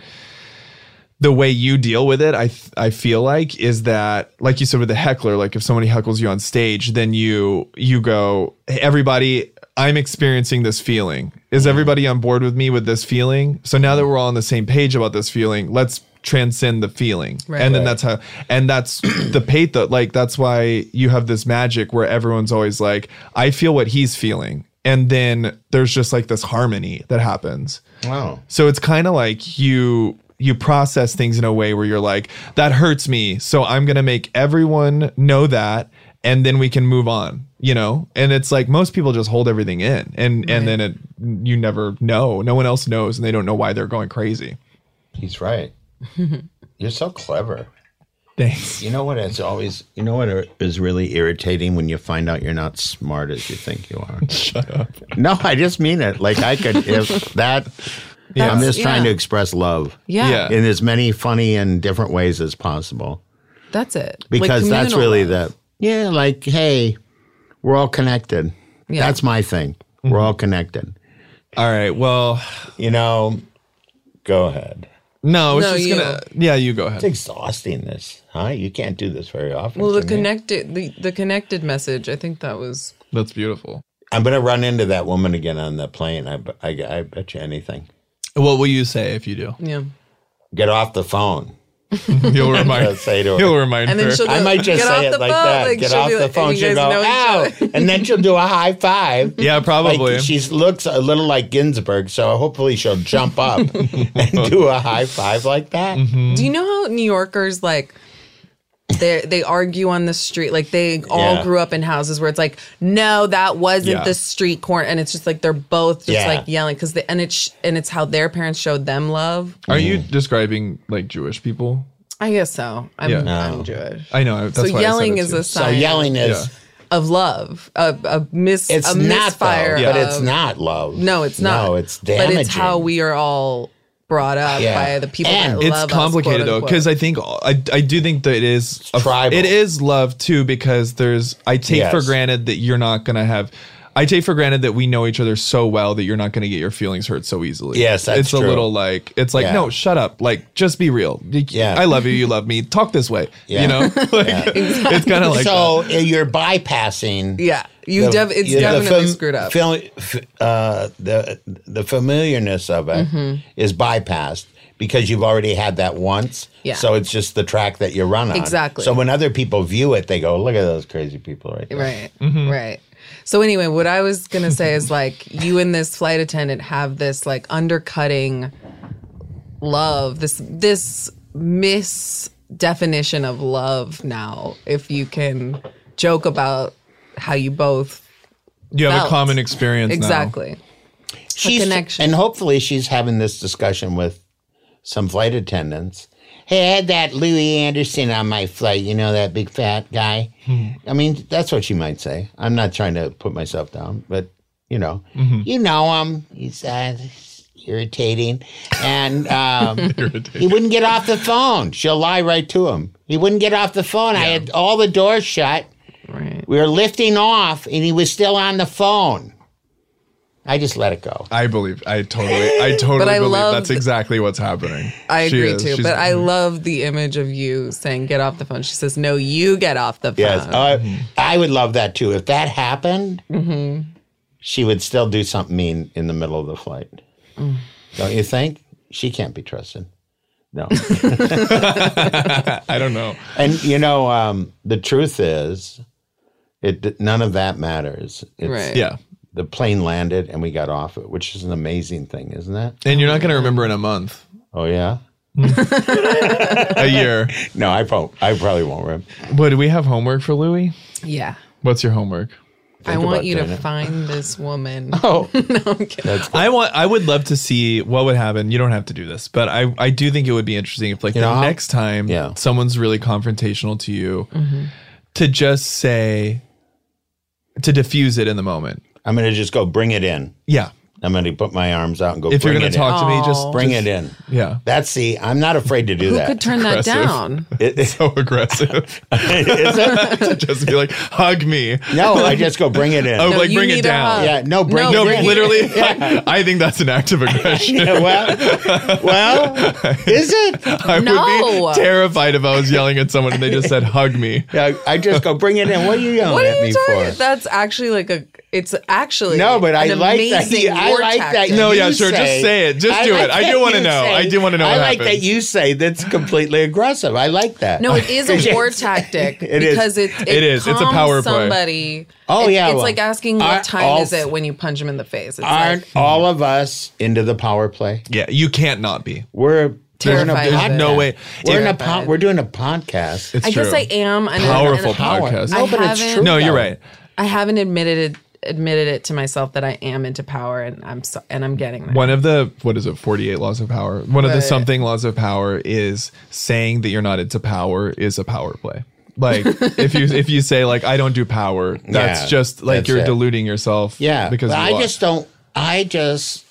the way you deal with it, I th- I feel like is that like you said with the heckler, like if somebody heckles you on stage, then you you go, "Hey, everybody, I'm experiencing this feeling. Is everybody on board with me with this feeling? So now that we're all on the same page about this feeling, let's transcend the feeling. And then that's how and that's the pathos. Like that's why you have this magic where everyone's always like, I feel what he's feeling. And then there's just like this harmony that happens.
Wow.
So it's kind of like you you process things in a way where you're like, that hurts me, so I'm gonna make everyone know that, and then we can move on. You know, and it's like most people just hold everything in, and and then it you never know. No one else knows, and they don't know why they're going crazy.
He's right. You're so clever.
Thanks.
You know what? It's always. You know what is really irritating when you find out you're not smart as you think you are.
Shut up.
no, I just mean it. Like I could if that.
Yeah.
I'm just trying to
yeah.
express love.
Yeah,
Yeah.
in as many funny and different ways as possible
that's it. Like
because that's
communal
really
love.
the yeah like hey we're all connected
Yeah. Mm-hmm.
that's my thing we're all connected
All right. Well,
you know go ahead
no, it's
No,
just
you.
gonna. Yeah, you go ahead.
it's exhausting this huh you can't do this very often
well the
can you?
connected the, the connected message. I think that was
That's beautiful.
i'm gonna run into that woman again on the plane I, b- I- I bet you anything
What will you say if you do?
yeah.
get off the phone
You'll
I'll
remind.
say to her
You'll remind
And
her.
then she'll go,
I might just
get off
say it
the
like
phone.
that.
Like,
get
she'll
off
be
the
like-
phone.
and you
She'll
guys
go,
know each
ow.
other.
And then she'll do a high five.
Yeah, probably.
Like she looks a little like Ginsburg, so hopefully she'll jump up and do a high five like that.
Mm-hmm.
Do you know how New Yorkers like they they argue on the street? Like they all
Yeah.
grew up in houses where it's like, no, that wasn't
Yeah.
the street corner, and it's just like they're both just
Yeah.
like yelling because the and it's sh- and it's how their parents showed them love.
Are you describing like Jewish people?
I guess so. I'm
Yeah.
I'm Jewish.
I know. That's
So
why I said
yelling
it
is
too.
a
So
sign
yelling is
of love, a, a miss,
it's
a
not
misfire.
though, but
of-
it's not love.
No, it's not.
No, it's damaging.
But it's how we are all brought up
Yeah.
by the people
And
that
it's
love us,
complicated
quote
though
unquote.
because i think uh, I, I do think that it is a-
tribal.
it is love too because there's i take for
Yes.
granted that you're not gonna have i take for granted that we know each other so well that you're not gonna get your feelings hurt so easily
Yes, that's
it's a
true.
little like it's like
Yeah.
no shut up like just be real
Yeah.
yeah i love you you love me talk this way
Yeah.
you know like, it's kind of like that.
so you're bypassing.
yeah, you
the-
dev- it's
you know, the
definitely
fam-
screwed up.
fam- f- uh, the the familiarness of it is
Mm-hmm.
bypassed because you've already had that once.
Yeah.
So it's just the track that you run on.
Exactly.
So when other people view it, they go, "Look at those crazy people right there."
Right.
Mm-hmm.
Right. So anyway, what I was gonna say is like you and this flight attendant have this like undercutting love, this this misdefinition of love now, if you can joke about how you both
you have a
felt.
common experience now.
exactly.
She's,
connection.
And hopefully, she's having this discussion with some flight attendants. Hey, I had that Louis Anderson on my flight. You know that big fat guy. I mean, that's what she might say. I'm not trying to put myself down, but you know, you know him. He's uh, irritating, and um, he wouldn't get off the phone. She'll lie right to him. He wouldn't get off the phone. I had all the doors shut.
Right.
We were lifting off, and he was still on the phone. I just let it go.
I believe. I totally. I totally
I
believe
love
that's
th-
exactly what's happening.
I
She
agree
is.
too,
She's- mm-hmm.
but I love the image of you saying, "Get off the phone." She says, "No, you get off the phone."
Yes,
uh,
mm-hmm.
I, I would love that too. If that happened, she would still do something mean in the middle of the flight.
Mm.
Don't you think? She can't be trusted. No.
I don't know.
and you know, um, the truth is, it none of that matters. It's,
Right.
Yeah,
The plane landed and we got off it, which is an amazing thing, isn't it?
and you're not going to remember in a month,
Oh yeah.
a year.
No, I probably I probably won't remember.
But do we have homework for Louis?
Yeah.
What's your homework?
I want
about
you
doing
to
it.
find this woman.
Oh,
I want. I would love to see what would happen. You don't have to do this, but I. I do think it would be interesting if, like, the
know, I'll-
next time
Yeah. Mm-hmm.
someone's really confrontational to you, to just say, to diffuse it in the moment.
I'm gonna just go bring it in.
Yeah.
I'm gonna put my arms out and go.
If
bring
you're going
it
to talk to me, just
in. bring
just-
it in.
Yeah.
That's the. I'm not afraid to do
Oh. Who
that.
could turn that
Impressive.
down?
It- it-
So aggressive.
is it?
to just be like, hug me.
No, I just go bring it in.
Oh,
No,
like
you
bring
need
it
a
down.
hug.
Yeah, no,
No,
bring it
No,
bring
in.
literally. I think that's an act of aggression.
Yeah, well, well, is it?
I
No.
would be terrified if I was yelling at someone and they just said, hug me.
Yeah, I just go bring it in. What are you yelling
What
at
are
me
you
for?
talking? That's actually like a. It's actually
No, but I
an
like that.
amazing
You, I
war
like that.
tactic.
No,
you
yeah, sure, just say it. Just do it. I
that
do wanna
you
know. I do wanna know
I
what
like that
happens.
you say that's completely aggressive. I like that.
No, it is a war tactic
It is.
because it, it
It is. It's a
calms
power play.
somebody.
Oh,
It-
yeah,
it's
well,
like asking what
aren't
time
all-
is it when you punch him in the face. It's
Aren't
like,
all of us into the power play?
Yeah, you can't not be.
We're
Terrified
we're in a
of
pod-
it.
No way.
We're in a
Terrified.
po- we're doing a podcast.
It's
I
true.
guess I am. And
Powerful
I, and
power.
podcast.
I
No, but it's
haven't-
true.
no, you're
though.
right.
I haven't admitted it admitted it to myself that I am into power and I'm so, and I'm getting there.
One of the what is it? Forty eight laws of power. One of the
Right.
something laws of power is saying that you're not into power is a power play. Like if you if you say like I don't do power, that's
Yeah,
just like
that's
you're
it.
deluding yourself.
Yeah,
because
but
you
I
lost.
just don't. I just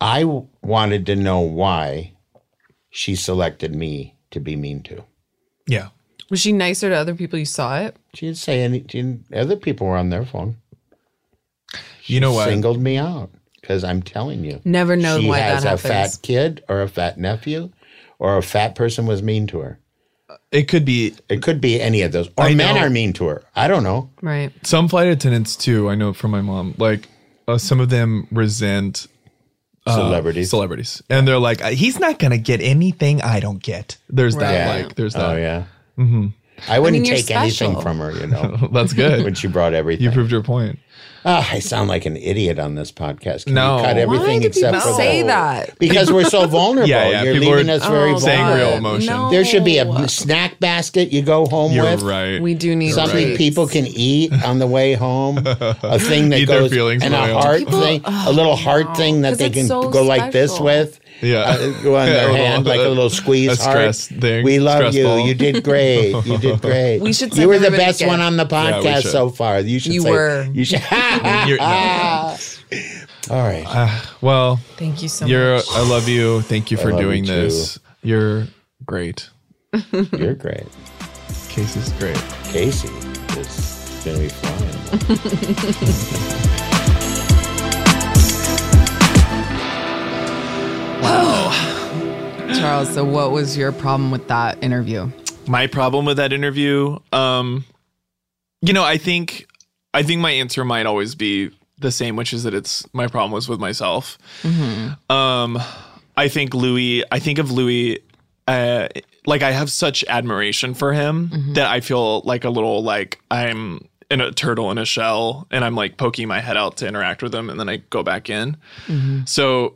I w- wanted to know why she selected me to be mean to.
yeah.
Was she nicer to other people you saw it?
She didn't say any. She didn't, other people were on their phone.
You know what?
Singled me out because I'm telling you,
Never known
she
why
has
that
a
happens.
fat kid or a fat nephew or a fat person was mean to her.
It could be
It could be any of those. Or
I
men
know.
are mean to her. I don't know.
Right.
some flight attendants too. I know from my mom. Like uh, some of them resent Oh,
Celebrities.
celebrities, and they're like, "Uh, "He's not gonna get anything I don't get." There's that.
Right.
Like there's that.
oh yeah. Mm-hmm. I wouldn't
you're
take anything
special.
from her. You know,
That's
when
good.
she brought everything.
you proved your point.
Ah, I sound like an idiot on this podcast. Can
No.
we cut everything
Why do
except
people
for
say
the-
that?
Because we're so vulnerable.
Yeah, yeah,
You're
people
leaving
are
us very
Oh,
saying
vulnerable.
real emotion.
No.
There should be a snack basket you go home
You're
with.
right.
We do need
Something
treats.
people can eat on the way home. A thing that
Eat their
goes
feelings
and
away.
a heart
People-
thing, a
oh,
little heart thing that
'Cause
they
it's
can
so
go like this
special.
with.
Yeah.
uh, go on
Yeah,
their
a little- uh,
hand like a little
a
squeeze heart.
stress thing,
We love
stress
you.
ball.
You did great. You did great.
We should
You were
send
the
everybody
best
a
one
gift.
on the
Yeah,
podcast
we should.
so far. You should.
You
say,
were.
You should.
You're- no.
All right.
Uh, Well,
Thank you so
you're.
much.
I love you. Thank you for
love you
doing
too.
this. You're great.
You're great.
Case is great.
Casey is going to be flying.
Charles, so what was your problem with that interview?
my problem with that interview um you know i think i think my answer might always be the same which is that it's my problem was with myself um i think louis i think of louis uh like i have such admiration for him that i feel like a little like i'm in a turtle in a shell and i'm like poking my head out to interact with him and then i go back in so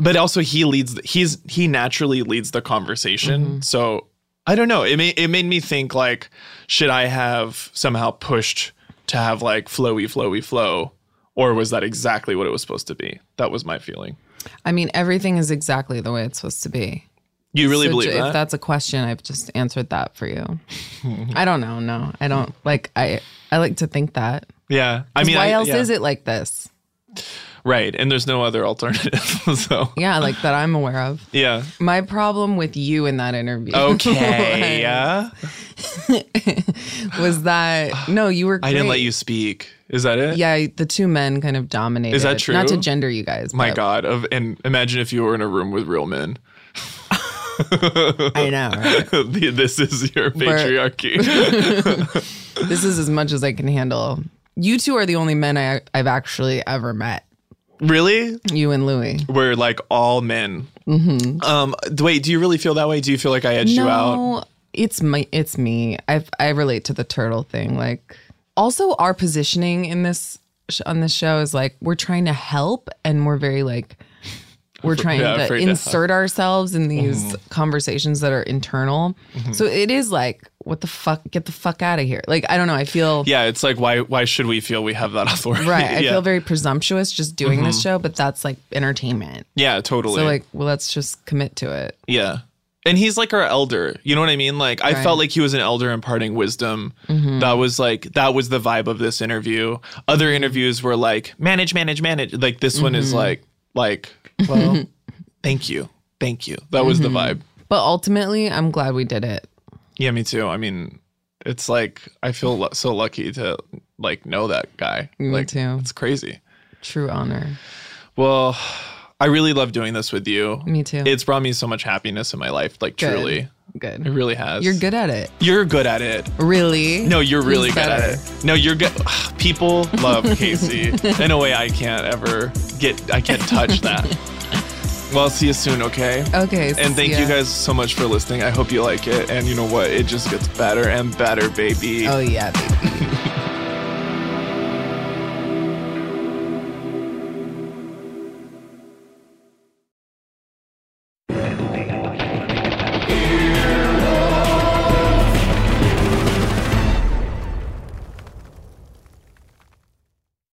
but also he leads he's he naturally leads the conversation
Mm-hmm.
so i don't know it made, it made me think like should i have somehow pushed to have like flowy flowy flow or was that exactly what it was supposed to be that was my feeling
I mean, everything is exactly the way it's supposed to be.
you really
So
believe
j-
that?
If that's a question, I've just answered that for you. I don't know. No, I don't like. I I like to think that.
yeah i mean
why
I,
else
yeah.
is it like this?
Right. And there's no other alternative. so,
Yeah, like that I'm aware of.
yeah.
My problem with you in that interview
Okay. yeah.
was that no, you were.
I didn't
great.
let you speak. Is that it?
Yeah, the two men kind of dominated.
Is that true?
Not to gender you guys.
My
but-
God. Of and imagine if you were in a room with real men.
I know. right?
The- this is your patriarchy.
this is as much as I can handle. You two are the only men I, I've actually ever met.
really?
You and Louis.
We're like all men. Mm-hmm. Um. d- Wait. Do you really feel that way? Do you feel like I edged you out?
it's my it's me. I I relate to the turtle thing. Like also our positioning in this sh- on this show is like we're trying to help and we're very like we're trying
yeah,
to
afraid to help. Mm-hmm.
insert ourselves in these conversations that are internal. So it is like what the fuck get the fuck out of here. Like I don't know, I feel
Yeah. It's like why? Why should we feel we have that authority?
right. I
yeah. Mm-hmm.
feel very presumptuous just doing this show, but that's like entertainment.
Yeah. Totally.
So like, well let's just commit to it.
Yeah. And he's like our elder. You know what I mean? Like I
Right. Mm-hmm.
felt like he was an elder imparting wisdom. That was like that was the vibe of this interview. Other interviews were like manage, manage, manage. Like this one
Mm-hmm.
is like like well, thank you. Thank you. That was
Mm-hmm.
the vibe.
But ultimately, I'm glad we did it.
Yeah, me too. I mean, it's like I feel lu- so lucky to like know that guy.
Me
like
too.
It's crazy.
True honor.
Well, I really love doing this with you.
Me too.
It's brought me so much happiness in my life, like
Good.
truly.
Good.
It really has.
You're good at it.
You're good at it.
Really?
No, you're really
He's
good at
better.
it. No, you're good. People love Casey in a way I can't ever get. I can't touch that. well, I'll see you soon, okay?
Okay.
And thank
Sia.
you guys so much for listening. I hope you like it. And you know what? It just gets better and better, baby.
Oh yeah, baby.